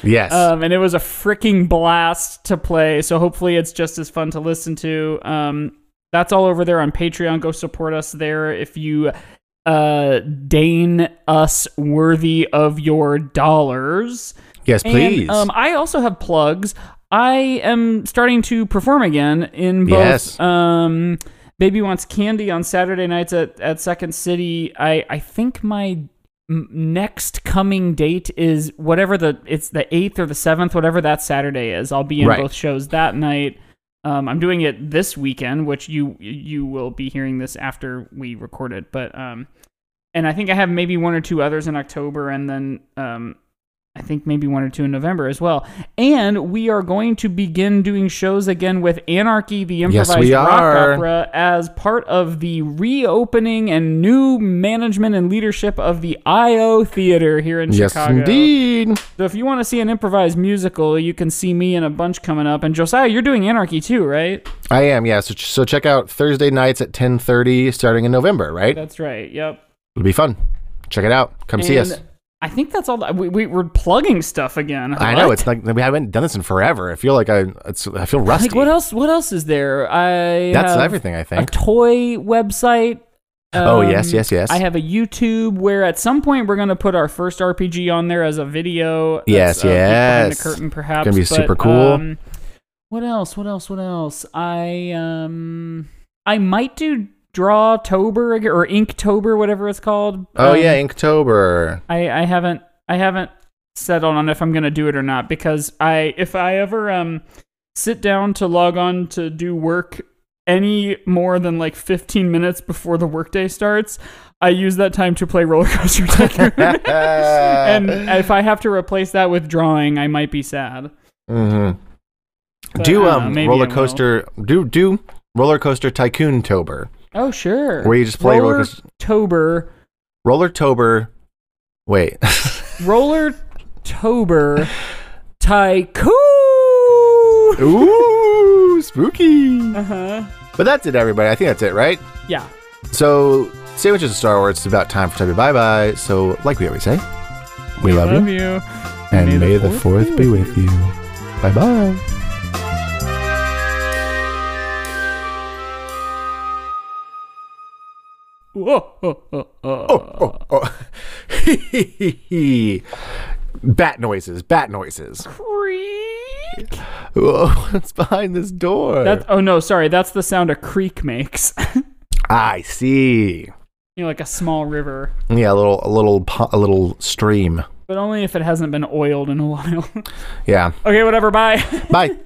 A: Yes.
B: Um, and it was a freaking blast to play. So hopefully it's just as fun to listen to. Um, that's all over there on Patreon. Go support us there if you uh, deign us worthy of your dollars.
A: yes, please.
B: And, um, I also um, have plugs. I am starting to perform again in both.
A: Yes.
B: Um, Baby Wants Candy on Saturday nights at, at Second City. I, I think my m- next coming date is whatever the it's the eighth or the seventh, whatever that Saturday is. I'll be in
A: Right.
B: both shows that night. Um, I'm doing it this weekend, which you you will be hearing this after we record it. But um, and I think I have maybe one or two others in October, and then um, I think maybe one or two in November as well. And we are going to begin doing shows again with Anarchy, the
A: Yes,
B: improvised
A: we
B: rock
A: are.
B: opera, as part of the reopening and new management and leadership of the IO Theater here in
A: Yes,
B: Chicago.
A: indeed.
B: So if you want to see an improvised musical, you can see me and a bunch coming up. And Josiah, you're doing Anarchy too, right?
A: I am. Yeah. So, so check out Thursday nights at 10:30, starting in November. Right.
B: That's right. Yep.
A: It'll be fun. Check it out. Come see
B: And
A: us.
B: I think that's all. That, we, we, we're plugging stuff again.
A: I know
B: What?
A: it's like we haven't done this in forever. I feel like I. It's, I feel rusty.
B: like what else? What else is there? I
A: That's
B: have
A: everything. I think.
B: A toy website.
A: Oh,
B: Um,
A: yes, yes, yes.
B: I have a YouTube where at some point we're gonna put our first RPG on there as a video.
A: Yes,
B: That's, uh, behind
A: yes.
B: The curtain, perhaps.
A: Gonna be
B: but,
A: super cool.
B: um, what else? What else? What else? I um, I might do Draw Tober or Inktober, whatever it's called.
A: oh
B: Um,
A: yeah, Inktober.
B: I, I haven't I haven't settled on if I'm gonna do it or not because I if I ever um sit down to log on to do work any more than like 15 minutes before the workday starts, I use that time to play Roller Coaster Tycoon. and if I have to replace that with drawing, I might be sad.
A: hmm
B: But
A: do
B: I don't know,
A: um
B: maybe I
A: roller
B: will.
A: coaster. Do do roller coaster Tycoon Tober.
B: Oh sure.
A: Where you just play roller
B: roller
A: coast-
B: tober,
A: Roller Tober. Wait.
B: roller tober, tycoon.
A: Ooh, spooky.
B: Uh huh.
A: But that's it, everybody. I think that's it, right?
B: Yeah.
A: So, sandwiches of Star Wars. It's about time for time to bye bye. So, like we always say, we, love, you,
B: you.
A: and
B: May
A: may,
B: the
A: the
B: fourth
A: fourth be with you. Bye bye.
B: Whoa, oh, oh, oh.
A: Oh, oh. bat noises, bat noises.
B: Creak.
A: Whoa, what's behind this door?
B: That's, oh no, sorry. That's the sound a creek makes. you
A: I see.
B: know, like a small river,
A: Yeah, a little, a little, po- a little stream.
B: but only if it hasn't been oiled in a while.
A: Yeah.
B: okay, whatever. Bye.
A: Bye.